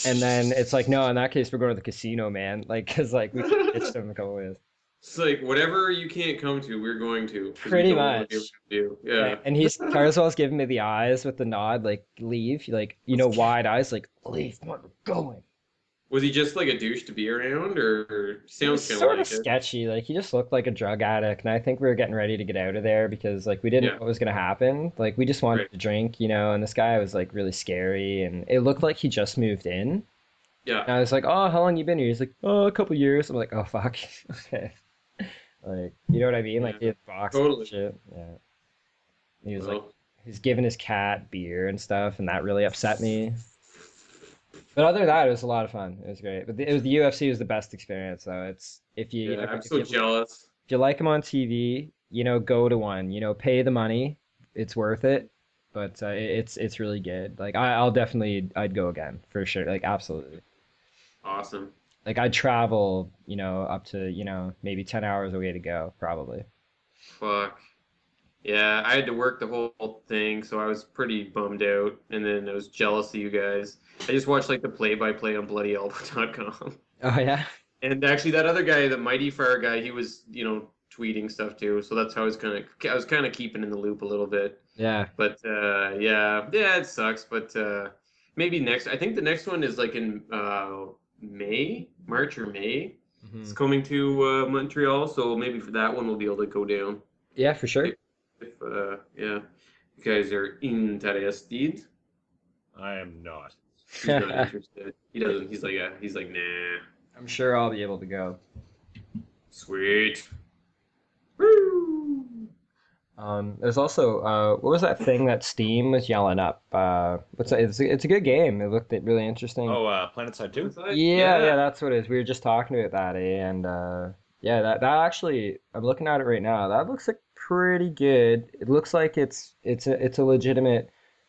C: And then it's like, no, in that case, we're going to the casino, man. Like, cause like we ditched them a couple ways.
A: It's like whatever you can't come to, we're going to. 'cause we
C: Pretty
A: don't wanna be
C: much.
A: able to do. Yeah.
C: And he's Carswell's giving me the eyes with the nod, like leave, like you know, wide eyes, like leave, man, we're going.
A: Was he just like a douche to be around, or
C: It was
A: sounds kind
C: sort
A: like
C: of sketchy. Like he just looked like a drug addict, and I think we were getting ready to get out of there because like we didn't
A: Yeah.
C: know what was gonna happen. Like we just wanted
A: Right.
C: to drink, you know. And this guy was like really scary, and it looked like he just moved in.
A: it? Yeah.
C: And I was like, "Oh, how long you been here?" He's like, "Oh, a couple years." I'm like, "Oh, fuck." okay. Like, you know what I mean? Like,
A: Yeah.
C: he had box
A: Totally.
C: and shit. Yeah. And He was like,
A: Well,
C: he's giving his cat beer and stuff, and that really upset me. But other than that, it was a lot of fun. It was great. But the, it was the UFC was the best experience though. It's if you
A: yeah,
C: if,
A: I'm
C: if
A: so
C: you,
A: jealous.
C: if you like them on TV, you know, go to one. You know, pay the money. It's worth it. but uh, it- it's it's really good. Like I, I'll definitely I'd go again for sure. Like absolutely.
A: Awesome.
C: Like I'd travel, you know, up to you know maybe ten hours away to go probably.
A: Fuck. Yeah, I had to work the whole thing, so I was pretty bummed out. And then I was jealous of you guys. I just watched like the play-by-play on BloodyElbow.com.
C: Oh yeah.
A: And actually, that other guy, the Mighty Fire guy, he was, you know, tweeting stuff too. So that's how I was kind of, I was kind of keeping in the loop a little bit.
C: Yeah.
A: But uh, yeah, yeah, it sucks. But uh, maybe next, I think the next one is like in uh, May, March or May.
C: Mm-hmm.
A: It's coming to uh, Montreal, so maybe for that one we'll be able to go down.
C: Yeah, for sure.
A: If uh, yeah, you guys are interested.
B: I am not.
A: He's not interested. He doesn't. He's like, uh, he's like, nah.
C: I'm sure I'll be able to go.
A: Sweet. Woo.
C: Um, there's also uh, what was that thing that Steam was yelling up? Uh, what's that? It's a, it's a good game. It looked really interesting.
B: Oh, uh, Planet Side 2?
A: Yeah,
C: yeah, yeah, that's what it is. We were just talking about that, eh? and uh, yeah, that that actually, I'm looking at it right now. That looks like pretty good. It looks like it's it's a it's a legitimate,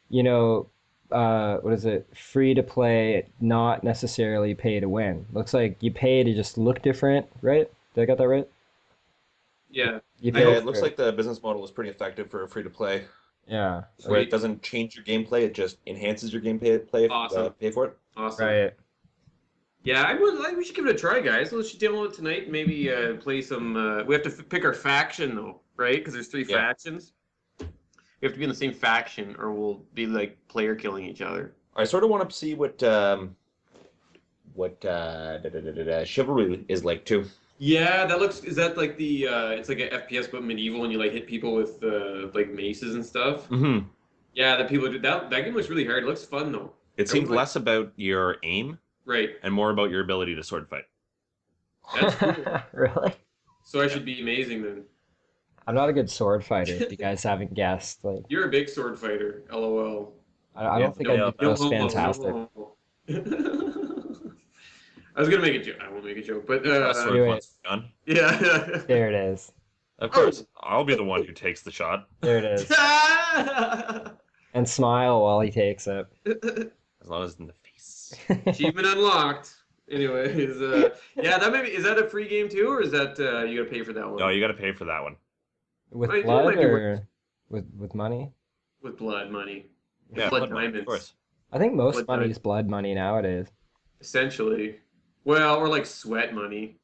C: you know, uh, what is it? Free to play, not necessarily pay to win. Looks like you pay to just look different, right? Did I get that right?
A: Yeah.
C: You
B: Yeah,
C: pay
B: it looks
C: for
B: like the business model is pretty effective for free to play,
C: yeah,
B: where
A: Sweet.
B: it doesn't change your gameplay; it just enhances your gameplay. Play, uh,
A: Awesome.
B: pay for it.
A: Awesome.
C: right.
A: Yeah, I would. Like, we should give it a try, guys. Let's download it tonight. Maybe uh, play some. Uh, we have to f- pick our faction though, right? Because there's three
B: Yeah.
A: factions. We have to be in the same faction, or we'll be like player killing each other.
B: I sort of want to see what um, what uh, da, da, da, da, da, chivalry is like too.
A: Yeah, that looks. Is that like the? Uh, it's like an FPS but medieval, and you like hit people with uh, like maces and stuff.
B: Mm-hmm.
A: Yeah, that people do that. That game looks really hard. It looks fun though.
B: It seems less about your aim
A: Right.
B: and more about your ability to sword fight.
A: That's cool.
C: really?
A: So I should be amazing then.
C: I'm not a good sword fighter. If you guys haven't guessed, like
A: You're a big sword fighter. LOL.
C: I, I don't think I
B: Yeah,
C: did
A: No
C: most
A: homo, no
C: fantastic.
A: homo. I was gonna make a joke. I won't make a joke, but
B: Uh,
A: uh,
B: sword
C: do
B: once done.
A: yeah.
C: There it is.
B: Of course, I'll be the one who takes the shot
C: There it is. and smile while he takes it.
B: as long as it's in the face.
A: Achievement unlocked. Anyways, uh, yeah, that maybe is that a free game too, or is that uh, you gotta pay for that one?
B: No, you got to pay for that one.
C: With
A: Wait, you
C: blood
A: might be
C: or with with money?
A: with blood money,
B: Yeah,
A: Blood
B: Bloodborne,
A: Diamonds.
B: of course.
C: I think most
A: Blood
C: money
A: money.
C: is blood money nowadays.
A: essentially. Well, or like sweat money.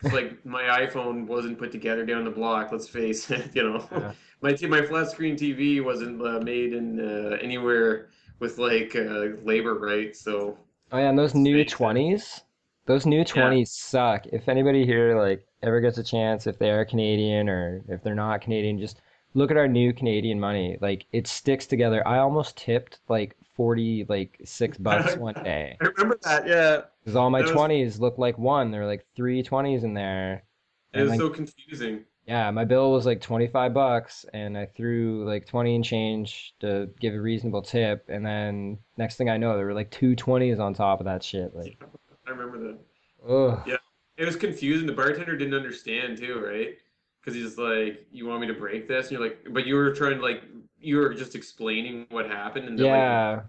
A: 'Cause, like my iPhone wasn't put together down the block. Let's face it, you know.
C: Yeah.
A: my t- my flat screen TV wasn't uh, made in uh, anywhere with like uh, labor rights, so
C: Oh yeah, and those new
A: Makes sense.
C: twenties, those new twenties suck. If anybody here like ever gets a chance, if they're Canadian or if they're not Canadian, just look at our new Canadian money. Like it sticks together. I almost tipped like forty like six bucks one day
A: I remember that. Yeah,
C: because all my
A: That was-
C: twenties looked like one. There were like three twenties in there.
A: it
C: And,
A: was
C: like,
A: so confusing.
C: Yeah, my bill was like 25 bucks and I threw like 20 and change to give a reasonable tip and then next thing I know there were like two 20s on top of that shit like
A: I remember that.
C: ugh.
A: Yeah. It was confusing. The bartender didn't understand too, right? Because he's like, "You want me to break this?" And you're like, "But you were trying to like, you were just explaining what happened." And they're like,
C: Yeah,
A: "I'm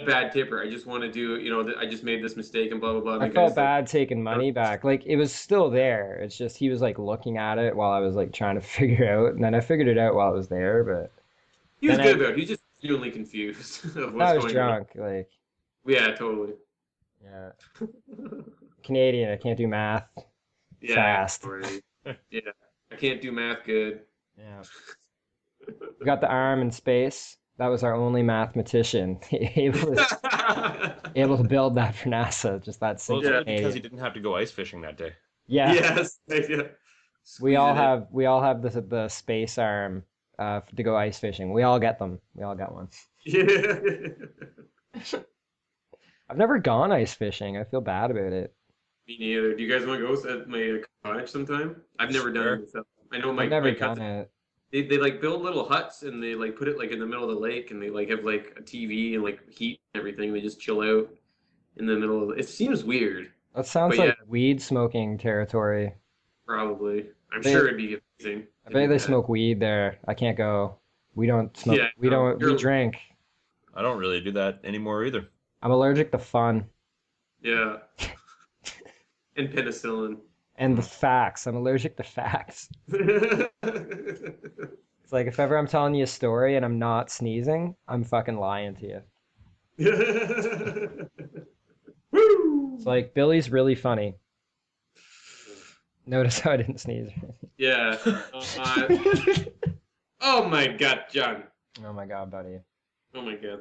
A: not a bad tipper. I just want to do, you know, th- I just made this mistake and blah blah blah." And
C: I
A: the
C: felt
A: guy's like,
C: bad taking money back. Like it was still there. It's just he was like looking at it while I was like trying to figure out and then I figured it out while it was there but
A: He was
C: Then
A: good about. it. He was just genuinely confused of what's
C: I was
A: going on.
C: drunk like
A: Yeah, totally.
C: yeah. Canadian, I can't do math.
A: Yeah.
C: Fast.
A: sorry. yeah. I can't do math good.
C: Yeah. We got the arm in space. That was our only mathematician able to able to build that for NASA. Just that
B: Well,
C: single
B: it's only
C: Canadian.
B: because he didn't have to go ice fishing that day.
C: Yeah,
A: yes. Yeah.
C: we
A: Squeeze
C: all
A: it in.
C: have we all have the the space arm uh, to go ice fishing. We all get them. We all got one.
A: Yeah.
C: I've never gone ice fishing. I feel bad about it.
A: Me neither. Do you guys want to go at my cottage sometime? I've never done
B: Sure.
A: it myself. I know my,
C: I've never
A: my
C: done
A: cousin,
C: it.
A: they, they like build little huts and they like put it like in the middle of the lake and they like have like a TV and like heat and everything. They just chill out in the middle of the, it seems weird,
C: That sounds
A: But yeah.
C: like weed smoking territory.
A: probably. I'm
C: They-
A: sure it'd be amazing.
C: I
A: to
C: bet
A: do
C: they
A: that.
C: smoke weed there. I can't go. We don't smoke.
A: Yeah,
C: we
A: no,
C: don't. We
A: you're-
C: drink.
B: I don't really do that anymore either.
C: I'm allergic to fun
A: Yeah. and penicillin.
C: and the facts. I'm allergic to facts. It's like if ever I'm telling you a story and I'm not sneezing, I'm fucking lying to you.
A: Woo!
C: It's like Billy's really funny. Notice how I didn't sneeze.
A: Yeah. Uh, oh my god, John.
C: oh my god, buddy.
A: Oh my god.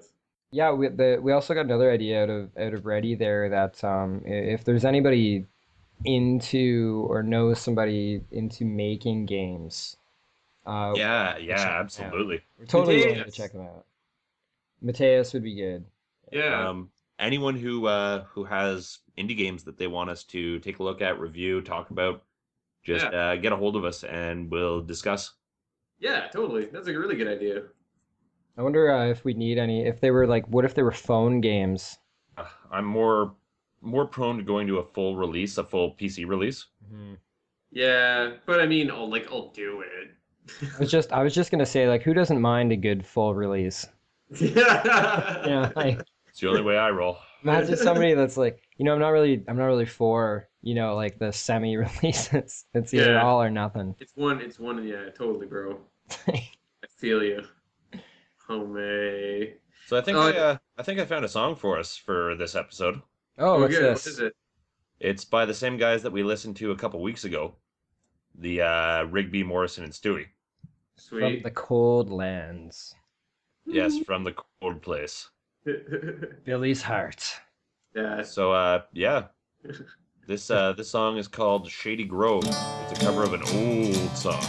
C: Yeah, we the, we also got another idea out of out of Ready there that um, i- if there's anybody into or knows somebody into making games, uh,
A: Oh,
B: Yeah, yeah,
C: check it out.
B: absolutely.
C: we're totally willing to
A: Mateus.
C: check them out. Mateus would be good.
A: Yeah.
B: Um, anyone who uh, who has indie games that they want us to take a look at, review, talk about, just uh, get a hold of us and we'll discuss.
A: yeah, totally. That's a really good idea.
C: I wonder uh, if we need any. If they were like, what if they were phone games?
B: Uh, I'm more more prone to going to a full release, a full PC release.
A: Mm-hmm. Yeah, but I mean, I'll like I'll do it.
C: I was just I was just gonna say like, who doesn't mind a good full release?
A: yeah.
C: You know, like,
B: It's the only way I roll.
C: Imagine somebody that's like, you know, I'm not really, I'm not really for, you know, like the semi releases. It's either
A: Yeah.
C: all or nothing.
A: It's one. It's one. Yeah, totally, bro. I feel you. Oh man.
B: So I think
A: Oh,
B: I,
A: yeah.
B: uh, I think I found a song for us for this episode.
C: Oh, what's
A: good.
C: this?
A: What is it?
B: It's by the same guys that we listened to a couple weeks ago, the uh, Rigby Morrison and Stewie.
C: From
A: Sweet.
C: the cold lands,
A: Mm-hmm.
B: Yes, from the Cold Place.
C: Billy's heart.
A: yeah.
B: So uh, yeah, this uh, this song is called Shady Grove. It's a cover of an old song.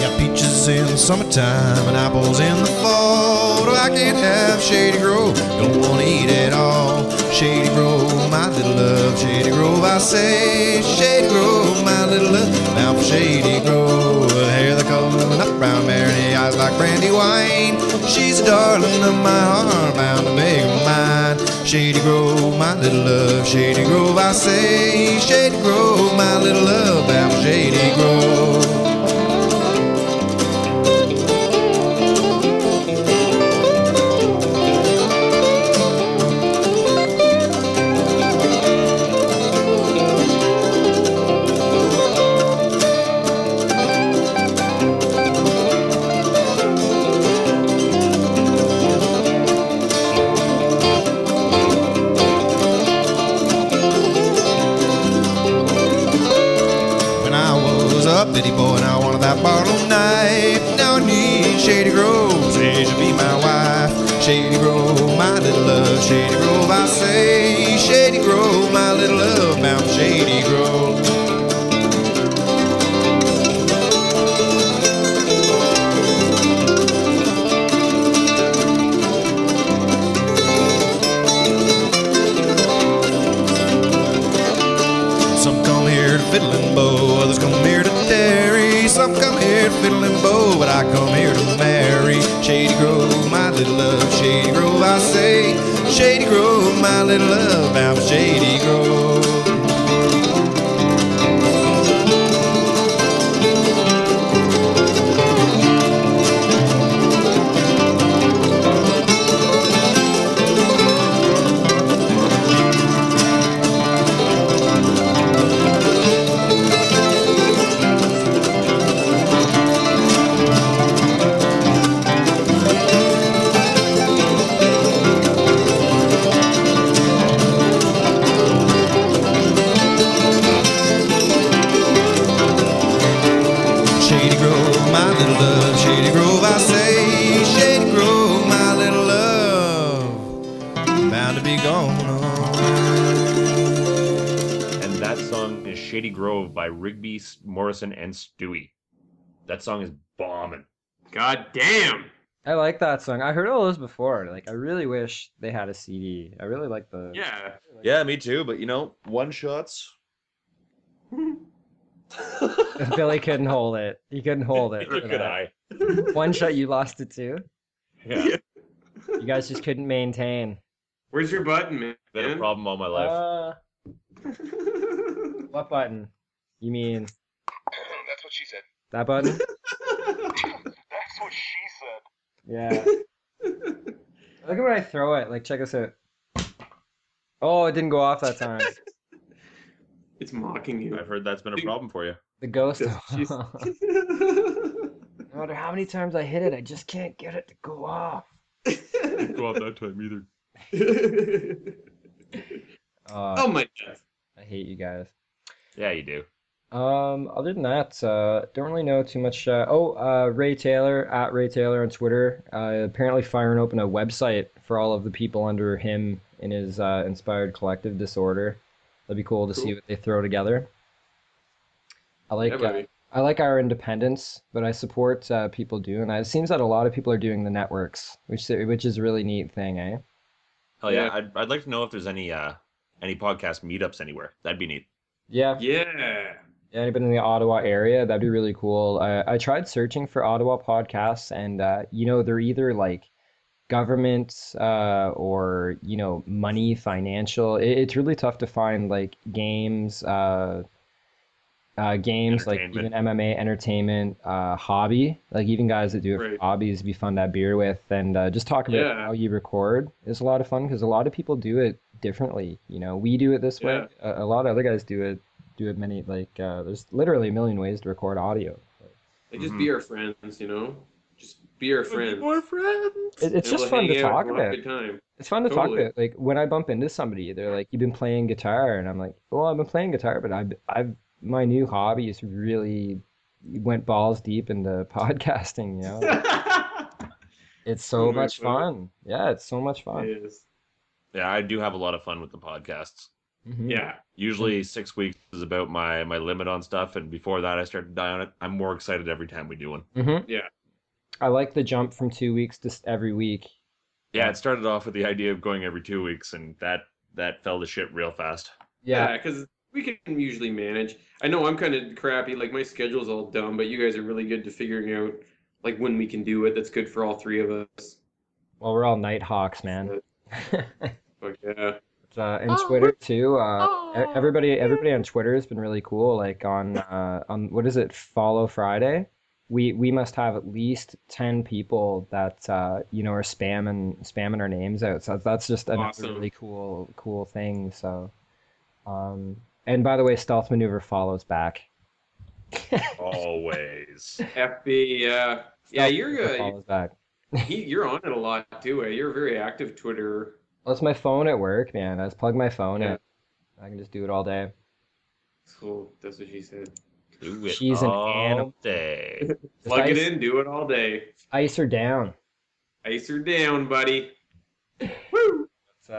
E: Yeah, peaches in the summertime and apples in the fall. But I can't have Shady Grove, don't want to eat at all. Shady Grove, my little love. Shady Grove, I say. Shady Grove, my little love. Now for Shady Grove, her hair the color of an up brown mare, and her eyes like brandy wine. She's a darling of my heart, bound to make her mine. Shady Grove, my little love. Shady Grove, I say. Shady Grove, my little love. Now for Shady Grove. When I was a bitty boy and I wanted that bottle knife. Now I need Shady Grove, say she'll be my wife. Shady Grove, my little love. Shady Grove, I say. Shady Grove, my little love. Bound for Shady Grove. Some come here to fiddle and bow, others come here to dairy. Some come here to fiddle and bow, but I come here to marry. Shady Grove, my little love, Shady Grove, I say. Shady Grove, my little love, I'm Shady Grove. Shady Grove, my little love, Shady Grove, I say. Shady Grove, my little love, bound to be gone. oh.
B: And that song is Shady Grove by Rigby S- Morrison and Stewie. That song is bombing.
A: God damn.
C: I like that song. I heard all those before. Like, I really wish they had a CD. I really like the.
A: Yeah.
B: Yeah, me too. But you know, one shots.
C: Billy couldn't hold it. He couldn't hold it.
B: Neither
C: for
B: could
C: that.
B: I.
C: One shot, you lost it too.
B: Yeah.
C: You guys just couldn't maintain.
A: Where's your button, man?
B: Been a problem all my life.
C: Uh, what button? You mean
F: That's what she said.
C: that button?
F: That's what she said.
C: Yeah. Look at when I throw it. Like, check this out. Oh, it didn't go off that time.
A: it's mocking you.
B: I've heard that's been a problem for you.
C: The ghost.
A: She's-
C: no matter how many times I hit it, I just can't get it to go off.
B: Go out that time either.
C: Uh,
A: oh my god.
C: I hate you guys.
B: Yeah, you do.
C: Um, other than that, uh, don't really know too much. Uh, oh, uh, Ray Taylor at Ray Taylor on Twitter, uh, apparently firing open a website for all of the people under him in his uh, inspired collective disorder. That'd be cool to see
A: Cool.
C: what they throw together. I like
A: Yeah,
C: uh,
A: buddy.
C: I like our independence, but I support uh, people doing that. It seems that a lot of people are doing the networks, which which is a really neat thing, eh?
B: Hell yeah.
A: Yeah.
B: I'd, I'd like to know if there's any uh any podcast meetups anywhere. That'd be neat.
C: Yeah,
A: Yeah.
C: Yeah, anybody in the Ottawa area, that'd be really cool. I, I tried searching for Ottawa podcasts, and uh, you know, they're either like government uh, or you know, money, financial. It, it's really tough to find like games, uh, uh, games like even
B: Entertainment.
C: MMA, entertainment, uh, hobby. Like even guys that do it for
A: Right.
C: hobbies, it'd be fun to have beer with, and uh, just talk about
A: Yeah.
C: how you record is a lot of fun because a lot of people do it differently. You know, we do it this way. A, a lot of other guys do it do it many like uh, there's literally a million ways to record audio.
A: Like, just be our friends, you know? Just be our friends.
C: It, it's
A: And
C: just
A: we'll
C: fun
A: hang
C: to
A: out
C: talk
A: and we'll have
C: about.
A: a Good time.
C: It's fun to talk
A: Totally.
C: about. Like when I bump into somebody, they're like, "You've been playing guitar," and I'm like, "Well, I've been playing guitar, but I've I've my new hobby is really went balls deep into podcasting. You know, it's so
A: Oh my
C: much
A: God.
C: fun. Yeah, it's so much fun.
A: Yes.
B: Yeah, I do have a lot of fun with the podcasts.
C: Mhm.
A: Yeah.
B: Usually six weeks is about my my limit on stuff, and before that I start to die on it. I'm more excited every time we do one.
C: Mhm.
A: Yeah.
C: I like the jump from two weeks to s- every week.
B: Yeah, it started off with the idea of going every two weeks, and that that fell to shit real fast.
C: Yeah.
A: Because we can usually manage. I know I'm kind of crappy. Like, my schedule's all dumb, but you guys are really good to figuring out, like, when we can do it. That's good for all three of us.
C: Well, we're all Nighthawks, man.
A: But, yeah.
C: uh, and Twitter too. Uh, e- everybody, everybody on Twitter has been really cool. Like on uh, on what is it? Follow Friday. We we must have at least ten people that uh, you know are spamming spamming our names out. So that's just another
A: Awesome.
C: really cool cool thing. So, um, and by the way, Stealth Maneuver follows back.
B: Always.
A: FB, uh, yeah,
C: Stealth
A: you're
C: Maneuver
A: uh,
C: follows back.
A: he, you're on it a lot too. Eh? You're a very active Twitter.
C: That's my phone at work, man. I just plug my phone
A: Yeah.
C: in. I can just do it all day.
A: So that's what she said.
B: Do it
C: She's an
B: all
C: animal.
B: day.
C: Just
A: Plug
C: ice,
A: it in, do it all day.
C: Ice her down.
A: Ice her down, buddy. Woo!
B: uh,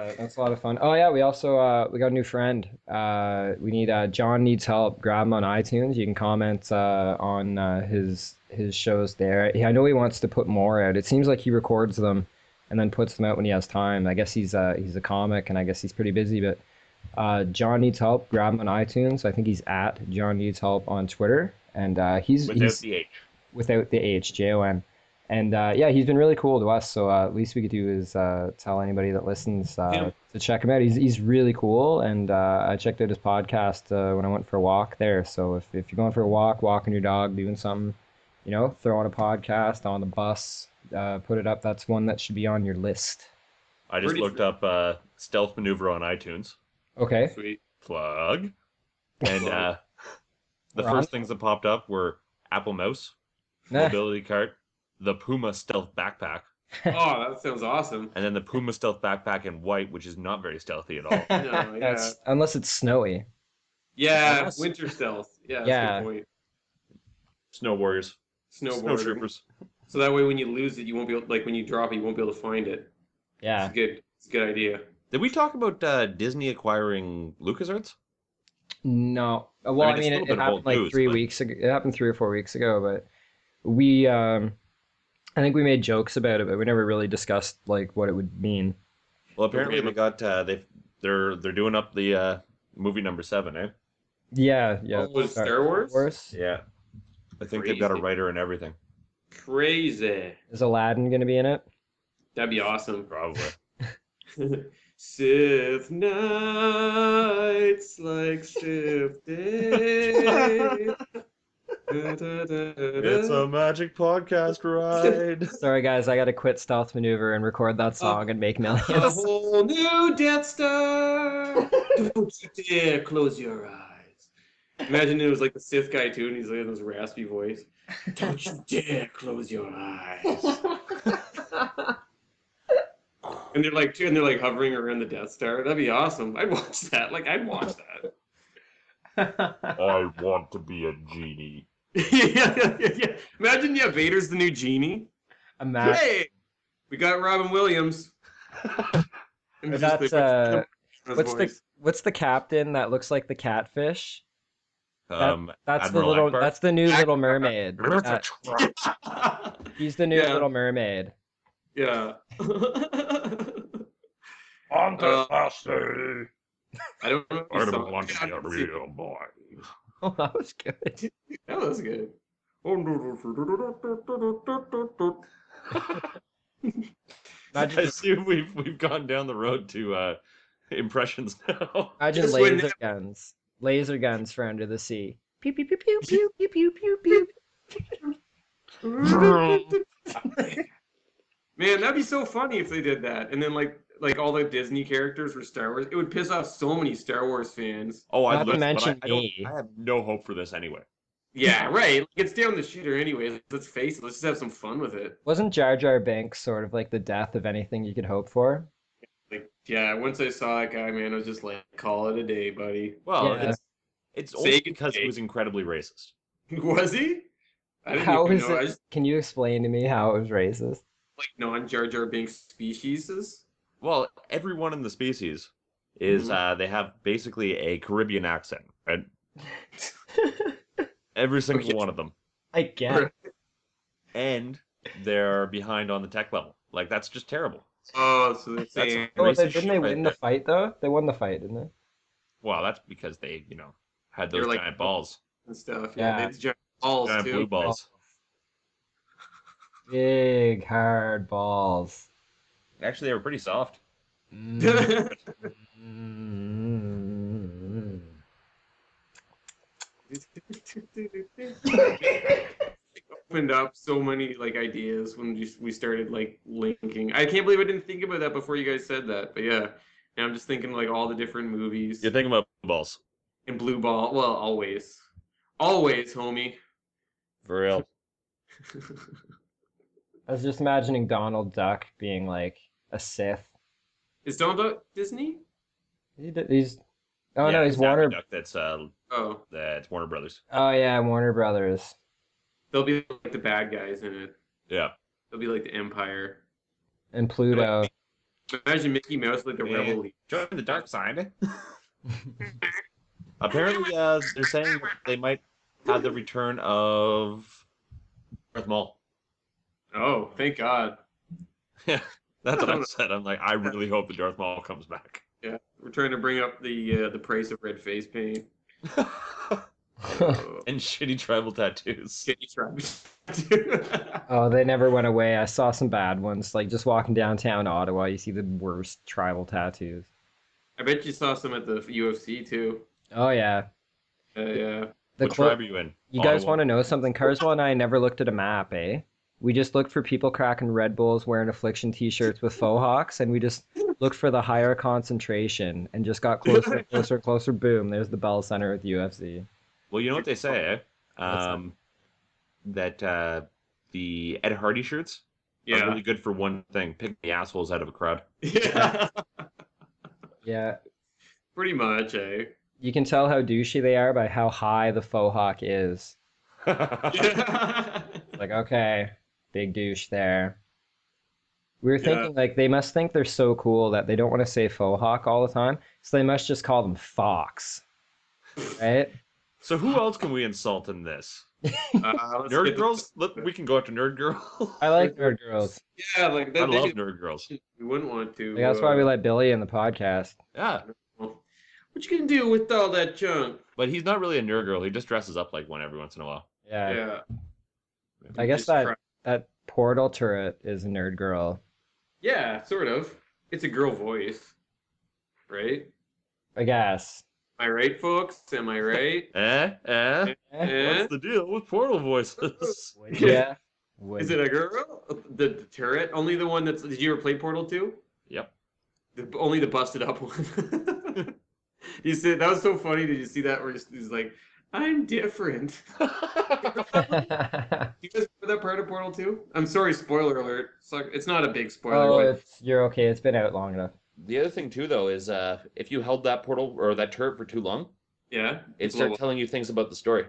C: So that's a lot of fun. Oh yeah, we also uh, we got a new friend. Uh, we need uh, John needs help. Grab him on iTunes. You can comment uh, on uh, his his shows there. Yeah, I know he wants to put more out. It seems like he records them and then puts them out when he has time. I guess he's uh, he's a comic and I guess he's pretty busy. But uh, John needs help. Grab him on iTunes. I think he's at John needs help on Twitter. And uh, he's
B: Without
C: he's
B: the H.
C: without the H, J O N. And uh, yeah, he's been really cool to us. So uh, at least we could do is uh, tell anybody that listens uh,
A: Yeah.
C: to check him out. He's, he's really cool. And uh, I checked out his podcast uh, when I went for a walk there. So if, if you're going for a walk, walking your dog, doing something, you know, throw on a podcast on the bus, uh, put it up. That's one that should be on your list.
B: I just
A: Pretty
B: looked up uh, stealth maneuver on iTunes.
C: Okay.
A: Sweet.
B: Plug. And uh, the
C: We're on.
B: first things that popped up were Apple Mouse,
C: Nah.
B: mobility cart, the Puma stealth backpack,
A: Oh, that sounds awesome.
B: and then the Puma stealth backpack in white, which is not very stealthy at all.
A: No, yeah,
C: That's- Unless it's snowy.
A: yeah,
C: Us.
A: winter stealth. Yeah, that's
C: Yeah.
A: a good point.
B: Snow warriors, snow
A: Snowboarding.
B: troopers.
A: So that way, when you lose it, you won't be able, like when you drop it, you won't be able to find it.
C: Yeah.
A: It's good. It's a good idea.
B: Did we talk about uh, Disney acquiring LucasArts?
C: No. Uh, Well, I
B: mean,
C: mean,
B: it's a little
C: it, it
B: bit of
C: happened
B: old
C: like
B: news,
C: three
B: but-
C: weeks ago. It happened three or four weeks ago, but we, um, I think we made jokes about it, but we never really discussed like what it would mean.
B: Well, apparently they got uh, they they're they're doing up the uh, movie number seven, eh?
C: Yeah, yeah.
A: Oh, was Star Wars?
B: Yeah. I think they've got a
A: Crazy.
B: writer and everything.
A: Crazy.
C: Is Aladdin going to be in it?
A: That'd be awesome.
B: Probably.
A: Probably. Sith nights like Sith days. Da, da, da, da,
B: It's
A: da.
B: a magic podcast ride.
C: Sorry, guys, I got to quit stealth maneuver and record that song and make
A: A
C: millions.
A: whole new Death Star. Don't you dare close your eyes. Imagine it was like the Sith guy too, and he's like in this raspy voice. Don't you dare close your eyes. and they're like, and they're like hovering around the Death Star. That'd be awesome. I'd watch that. Like, I'd watch that.
B: I want to be a genie.
A: yeah, yeah, yeah, yeah. Imagine, yeah, Vader's the new genie.
C: Imagine
A: Hey, we got Robin Williams. And it's just
C: that's
A: like,
C: uh,
A: his
C: what's the
A: voice.
C: what's the captain that looks like the catfish?
B: Um,
C: That's
B: Admiral
C: the little.
B: Ackbar?
C: That's the new Little Mermaid. Uh, he's the new
A: Yeah.
C: Little Mermaid.
A: Yeah.
G: On
A: to Uh,
G: Sassy.
A: I don't know. if you saw it. Yeah, I didn't see it.
G: boy.
C: Oh, that was good.
A: That was good.
B: I assume we've we've gone down the road to uh, impressions now.
C: Imagine
A: Just when-
C: laser guns. Laser guns for under the sea. Pew pew pew pew pew pew pew pew pew.
A: Man, that'd be so funny if they did that. And then like like all the Disney characters were Star Wars. It would piss off so many Star Wars fans.
B: Oh, I
C: Not to
B: love
C: mention
B: I, don't-
C: me.
B: I have no hope for this anyway.
A: Yeah, right. Like, it's down the shooter anyways. Let's face it. Let's just have some fun with it.
C: Wasn't Jar Jar Banks sort of like the death of anything you could hope for?
A: Like, yeah. Once I saw that guy, man, I was just like, call it a day, buddy.
B: Well,
C: Yeah.
B: it's it's
A: Say
B: only
A: good
B: because he
A: day.
B: was incredibly racist.
A: Was he? I didn't
C: How
A: even
C: is
A: know. I
C: it-
A: just
C: Can you explain to me how it was racist?
A: like non Jar Jar Binks species.
B: Well, everyone in the species is
A: Mhm.
B: uh, they have basically a Caribbean accent, right? Every single
A: Okay.
B: one of them,
C: I get.
B: and they're behind on the tech level. Like that's just terrible.
A: Oh, so they're
B: That's-
A: saying.
C: Oh, they,
B: Racist
C: didn't
B: shit
C: they
B: right
C: win
B: there.
C: the fight though? They won the fight, didn't they?
B: Well, that's because they, you know, had those
A: They're like-
B: giant balls,
A: and stuff. Yeah,
C: Yeah.
A: they had giant balls
B: giant
A: too.
B: blue balls.
C: Big hard balls.
B: Actually, they were pretty soft.
C: Mm,
A: These
C: mm.
A: opened up so many like ideas when we- we started like linking. I can't believe I didn't think about that before you guys said that. But yeah, now I'm just thinking like all the different movies
B: You're thinking about balls,
A: and blue ball. Well, always, always, homie.
B: for real.
C: I was just imagining Donald Duck being like a Sith.
A: Is Donald Duck Disney?
C: He did, he's oh
B: Yeah,
C: no, he's
B: it's Daffy
C: Warner.
B: Duck, that's uh,
A: Oh,
B: that's Warner Brothers.
C: Oh yeah, Warner Brothers.
A: they'll be like the bad guys in it.
B: Yeah.
A: They'll be like the Empire.
C: and Pluto.
A: Imagine Mickey Mouse like the
B: Yeah.
A: Rebel League.
B: Join the dark side. Apparently, uh, they're saying they might have the return of Darth Maul.
A: Oh, thank God.
B: That's what I said. I'm like, I really hope the Darth Maul comes back.
A: Yeah, we're trying to bring up the uh, the price of red face paint. Oh,
B: and shitty tribal tattoos.
A: Shitty trap.
C: oh, they never went away. I saw some bad ones. Like just walking downtown Ottawa, you see the worst tribal tattoos.
A: I bet you saw some at the UFC too.
C: Oh yeah,
A: Uh, yeah.
C: the
B: what
C: clo-
B: tribe are you in?
C: You guys
B: Ottawa.
C: want to know something? Carswell and I never looked at a map, eh? We just looked for people cracking Red Bulls wearing affliction T-shirts with faux hawks, and we just looked for the higher concentration, and just got closer, and closer, and closer. Boom! There's the Bell Center with UFC.
B: Well, you know what they say, eh?
C: What's that?
B: Um, that uh, the Ed Hardy shirts are
A: Yeah.
B: really good for one thing: pick the assholes out of a crowd.
A: Yeah.
C: Yeah,
A: Pretty much, eh?
C: you can tell how douchey they are by how high the faux hawk is.
A: Yeah.
C: like okay big douche there we were
A: Yeah.
C: thinking like they must think they're so cool that they don't want to say faux hawk all the time so they must just call them fox right
B: so who else can we insult in this?
A: Uh, let's
B: Nerd
A: get-
B: girls. Let, we can go after nerd girls.
C: i like nerd girls
A: Yeah, like
B: I
A: that.
B: love nerd girls.
A: We wouldn't want to. uh,
C: like, that's why we let billy in the podcast
B: Yeah,
A: What you gonna do with all that junk?
B: but he's not really a nerd girl. He just dresses up like one every once in a while.
C: yeah,
A: Yeah.
C: i guess
A: Just
C: that
A: try-
C: that portal turret is a nerd girl
A: Yeah, sort of. It's a girl voice. right?
C: I guess.
A: Am I right, folks? Am I right?
B: Eh? Eh?
A: Eh?
B: What's the deal with portal voices?
C: Would ya? Would
A: Is it a girl? The, the turret? Only the one that's. Did you ever play Portal 2?
B: Yep.
A: The, only the busted up one. you said that was so funny. Did you see that? Where he's he's like, "I'm different."
C: ya?
A: You guys remember that part of Portal 2? I'm sorry, spoiler alert. It's, like, it's not a big spoiler.
C: oh,
A: but-
C: it's, you're okay. It's been out long enough.
B: the other thing too, though, is uh, if you held that portal or that turret for too long,
A: yeah.
B: it starts telling you things about the story.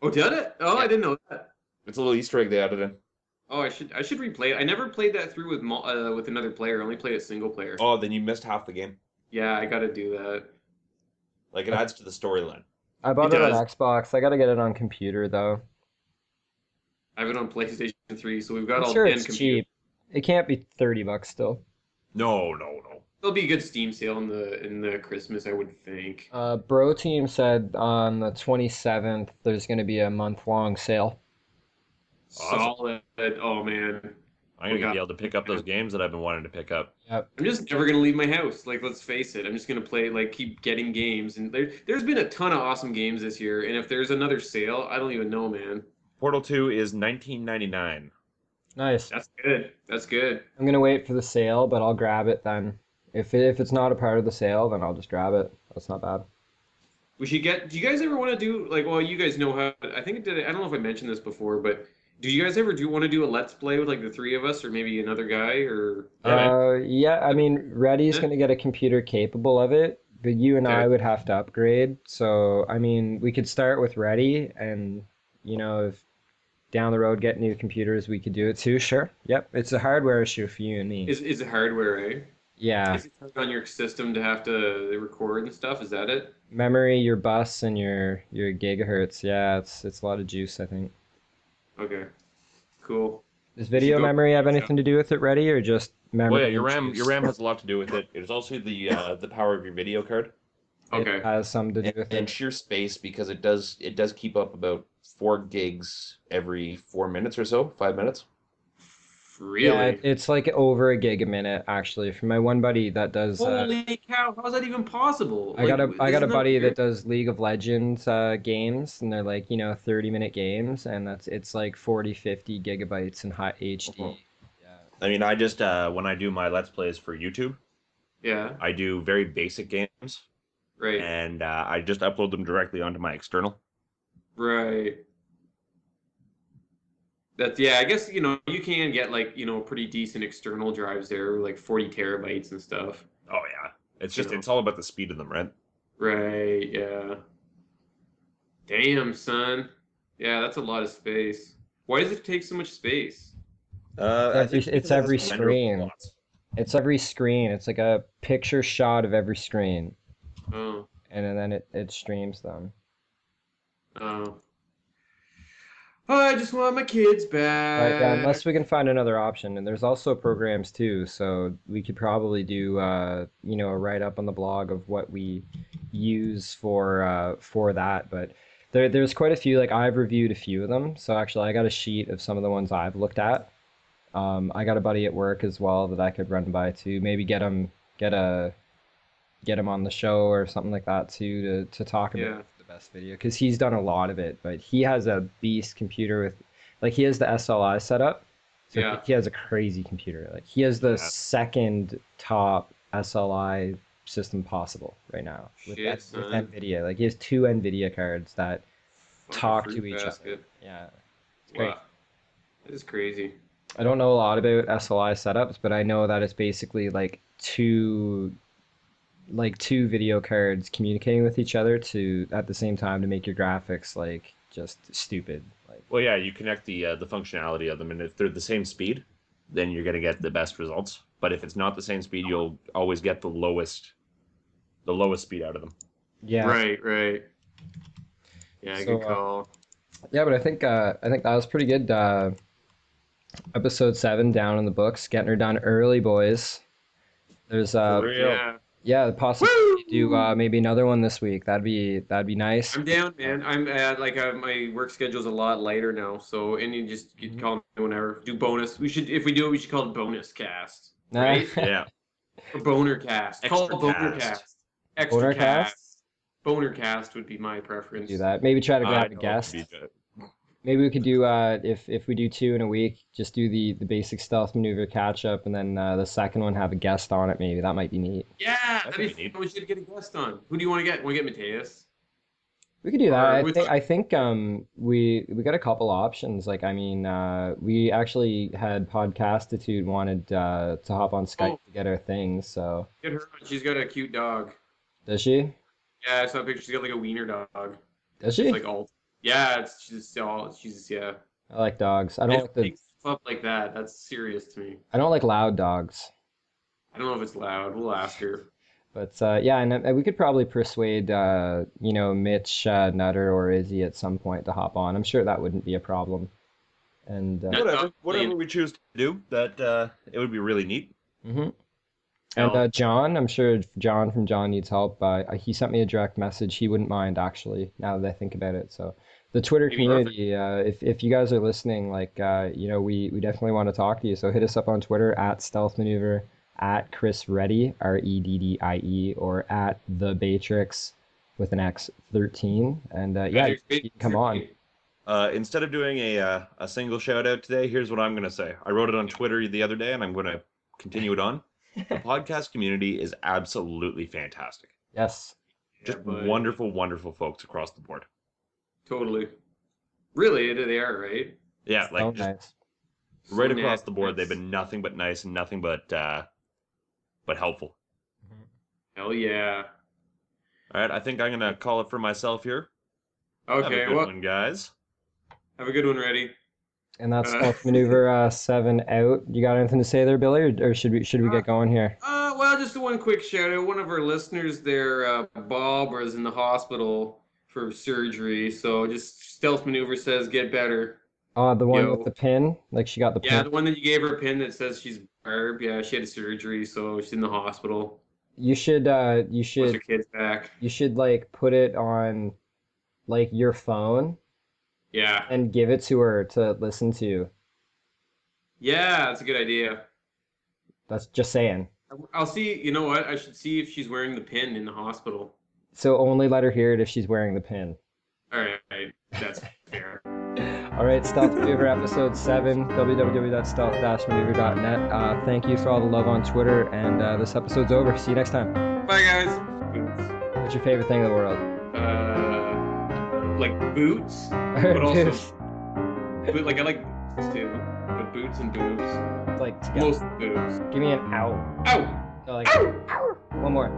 A: oh, did it? Oh, I
B: Yeah.
A: didn't know that.
B: It's a little Easter egg they added in.
A: Oh, I should I should replay it. I never played that through with mul- uh, with another player. I only played it single player.
B: Oh, then you missed half the game.
A: Yeah, I got to do that.
B: Like it adds to the storyline.
C: I bought
A: It
C: it, on Xbox. I gotta get it on computer though.
A: I have it on PlayStation 3, so we've got
C: I'm
A: all
C: sure
A: 10
C: it's
A: computers.
C: cheap. It can't be thirty bucks still.
B: No, no, no.
A: There'll be a good Steam sale in the in the Christmas, I would think.
C: Uh, Bro Team said on the 27th there's going to be a month long sale.
B: Awesome.
A: Solid. Oh man,
B: I'm gonna
A: We got-
B: be able to pick up those games that I've been wanting to pick up.
A: I'm just never gonna leave my house. Like, let's face it, I'm just gonna play. Like, keep getting games, and there there's been a ton of awesome games this year. And if there's another sale, I don't even know, man.
B: Portal 2 is 19.99.
C: Nice.
A: That's good. That's good.
C: I'm going to wait for the sale, but I'll grab it then. If, it, if it's not a part of the sale, then I'll just grab it. That's not bad.
A: We should get. Do you guys ever want to do like? Well, you guys know how. I think it did. I don't know if I mentioned this before, but do you guys ever do want to do a let's play with like the three of us, or maybe another guy, or
B: Yeah.
C: Uh, yeah, I mean, Reddy's
A: Yeah.
C: going to get a computer capable of it, but you and I
A: Okay.
C: would have to upgrade. So, I mean, we could start with Reddy, and, you know, if down the road get new computers, we could do it too. Sure. Yep. It's a hardware issue for you and me.
A: is is it hardware? Eh?
C: yeah.
A: Is it hard on your system to have to record and stuff? Is that it?
C: memory, your bus, and your your gigahertz. Yeah, it's it's a lot of juice. I think.
A: Okay, cool.
C: Does video
A: go-
C: memory have anything to do with it, ready, or just memory?
B: Well, Oh, yeah, your
C: and
B: RAM,
C: juice?
B: your RAM has a lot to do with it. It is also the uh, the power of your video card
A: Okay.
C: It has something to do with
B: and
C: it.
B: sheer space because it does it does keep up about four gigs every four minutes or so, five minutes.
A: Really?
C: Yeah, it- it's like over a gig a minute actually. From my one buddy that does. Uh,
A: Holy cow! How's that even possible?
C: I got a I got a buddy that
A: that.
C: does League of Legends uh, games, and they're like you know 30 minute games, and that's it's like 40, 50 gigabytes in high HD.
B: Mhm. I mean, I just uh, when I do my let's plays for YouTube,
A: Yeah.
B: I do very basic games
A: Right.
B: and uh, I just upload them directly onto my external.
A: Right. That's yeah. I guess you know you can get like you know pretty decent external drives there, like 40 terabytes and stuff.
B: Oh yeah, it's just
A: Yeah.
B: it's all about the speed of them, right?
A: Right. Yeah. Damn, son. Yeah, that's a lot of space. Why does it take so much space?
B: Uh,
C: I Every- think it's because it has every render screen.
B: slots.
C: It's every screen. It's like a picture shot of every screen,
A: Oh.
C: and then it, it streams them.
A: Oh. I just want my kids back.
C: But yeah, unless we can find another option, and there's also programs too, so we could probably do uh, you know a write up on the blog of what we use for uh, for that. But there, there's quite a few. Like I've reviewed a few of them, so actually I got a sheet of some of the ones I've looked at. Um, I got a buddy at work as well that I could run by too. Maybe get him get a get him on the show or something like that too to to talk about
A: Yeah.
C: the best video because he's done a lot of it. But he has a beast computer with like he has the SLI setup. So
A: Yeah.
C: he, he has a crazy computer. Like he has the
B: Yeah.
C: second top SLI system possible right now with,
A: Shit,
C: S- with
A: son.
C: Nvidia. Like he has two Nvidia cards that
A: Fucking
C: talk
A: fruit
C: to each
A: basket.
C: other. Yeah. It's
A: Wow. That is crazy.
C: I don't know a lot about SLI setups, but I know that it's basically like two like two video cards communicating with each other to at the same time to make your graphics like just stupid. Like
B: Well, yeah, you connect the uh, the functionality of them, and if they're the same speed, then you're gonna get the best results. But if it's not the same speed, you'll always get the lowest, the lowest speed out of them.
C: yeah.
A: Right, right. Yeah,
C: So,
A: good
C: uh,
A: call.
C: Yeah, but I think uh, I think that was pretty good. Uh, episode seven down in the books, getting her done early, boys. There's uh,
B: For real.
A: yeah,
C: yeah, the possibility to do uh, maybe another one this week. That'd be that'd be nice.
A: I'm down, man. I'm uh, like uh, my work schedule's a lot lighter now, so and you just
C: Mm-hmm.
A: you can call me whenever. Do bonus. We should if we do it, we should call it bonus cast.
C: Nah.
A: Right?
B: Yeah,
A: Or Boner Cast. Call it Boner
B: Extracast.
A: Cast.
C: Boner
A: Extra Cast. Boner Cast would be my preference.
C: Do that. Maybe try to
B: Uh,
C: grab a
B: no,
C: guest.
B: it'd be good.
C: Maybe we could do uh, if if we do two in a week, just do the the basic stealth maneuver catch up, and then uh, the second one have a guest on it. Maybe that might be neat.
A: Yeah,
B: That'd
A: that'd
B: be
A: be
B: neat.
A: fun. We should get a guest on. Who do you want to get? Want to get Mateus?
C: We could do
A: Or
C: that. I
A: which-
C: think I think um we we got a couple options. Like I mean, uh, we actually had podcastitude wanted uh, to hop on Skype
A: Oh.
C: to get her things. So
A: Get her on. She's got a cute dog.
C: does she?
A: Yeah, I saw a picture. She's got like a wiener dog.
C: Does she?
A: It's like all. Yeah, it's she's all. She's yeah.
C: I like dogs. I
A: I
C: don't like
A: don't
C: the
A: pick stuff up like that. That's serious to me.
C: I don't like loud dogs.
A: I don't know if it's loud. We'll ask her.
C: But uh, yeah, and, uh, we could probably persuade uh, you know Mitch uh, Nutter or Izzy at some point to hop on. I'm sure that wouldn't be a problem. And uh,
A: That's
B: Whatever,
A: not
B: whatever
A: clean.
B: we choose to do, that uh, it would be really neat.
C: mhm. and uh, John, I'm sure John from John Needs Help. Uh, he sent me a direct message. He wouldn't mind actually. Now that I think about it, so the Twitter
A: Maybe
C: community. Uh, if if you guys are listening, like uh, you know, we we definitely want to talk to you. So hit us up on Twitter at Stealth Maneuver at Chris Reddy R E D D I E or at the Batrix with an X thirteen. And uh, yeah,
A: Magic Space
C: you can come on.
A: Retreat.
B: Uh, instead of doing a uh, a single shout out today, here's what I'm going to say. I wrote it on Twitter the other day, and I'm going to continue it on. The podcast community is absolutely fantastic.
C: Yes.
B: Just
A: Yeah, bud.
B: wonderful, wonderful folks across the board.
A: Totally. Really, they are right.
B: Yeah, like
C: so
B: just
C: Oh, nice.
B: right
A: So
B: across the board, they've
A: nice.
B: been nothing but nice and nothing but uh, but helpful.
A: Hell yeah.
B: All right, I think I'm going to call it for myself here. Have a
A: Okay.
B: good
A: well,
B: one, guys.
A: have a good one, ready?
C: And that's
A: Uh,
C: stealth maneuver uh, seven out. You got anything to say there, Billy, or, or should we should we get going here?
A: Uh, well, just one quick shout out. One of our listeners there, uh, Bob, was in the hospital for surgery. So just stealth maneuver says get better.
C: Uh, the one
A: Yo.
C: with the pin, like she got the
A: Yeah, the
C: pin.
A: one that you gave her a pin that says she's Barb. Yeah, she had surgery, so she's in the hospital.
C: You should uh, you
A: Once
C: should
A: her kids back.
C: you should like put it on, like your phone
A: Yeah.
C: and give it to her to listen to.
A: Yeah, that's a good idea.
C: That's just saying.
A: I'll see. You know what? I should see if she's wearing the pin in the hospital.
C: So only let her hear it if she's wearing the pin.
A: All right, that's fair.
C: All right, Stealth Maneuver episode 7, www.stealth-maneuver.net. Uh, thank you for all the love on Twitter, and uh, this episode's over. See you next time.
A: Bye, guys.
C: What's your favorite thing in the world?
A: Uh, like boots, but also, but like I like boots too. But boots and boobs,
C: like, together.
A: most boobs.
C: give me an ow.
A: Ow!
C: No, like, one more.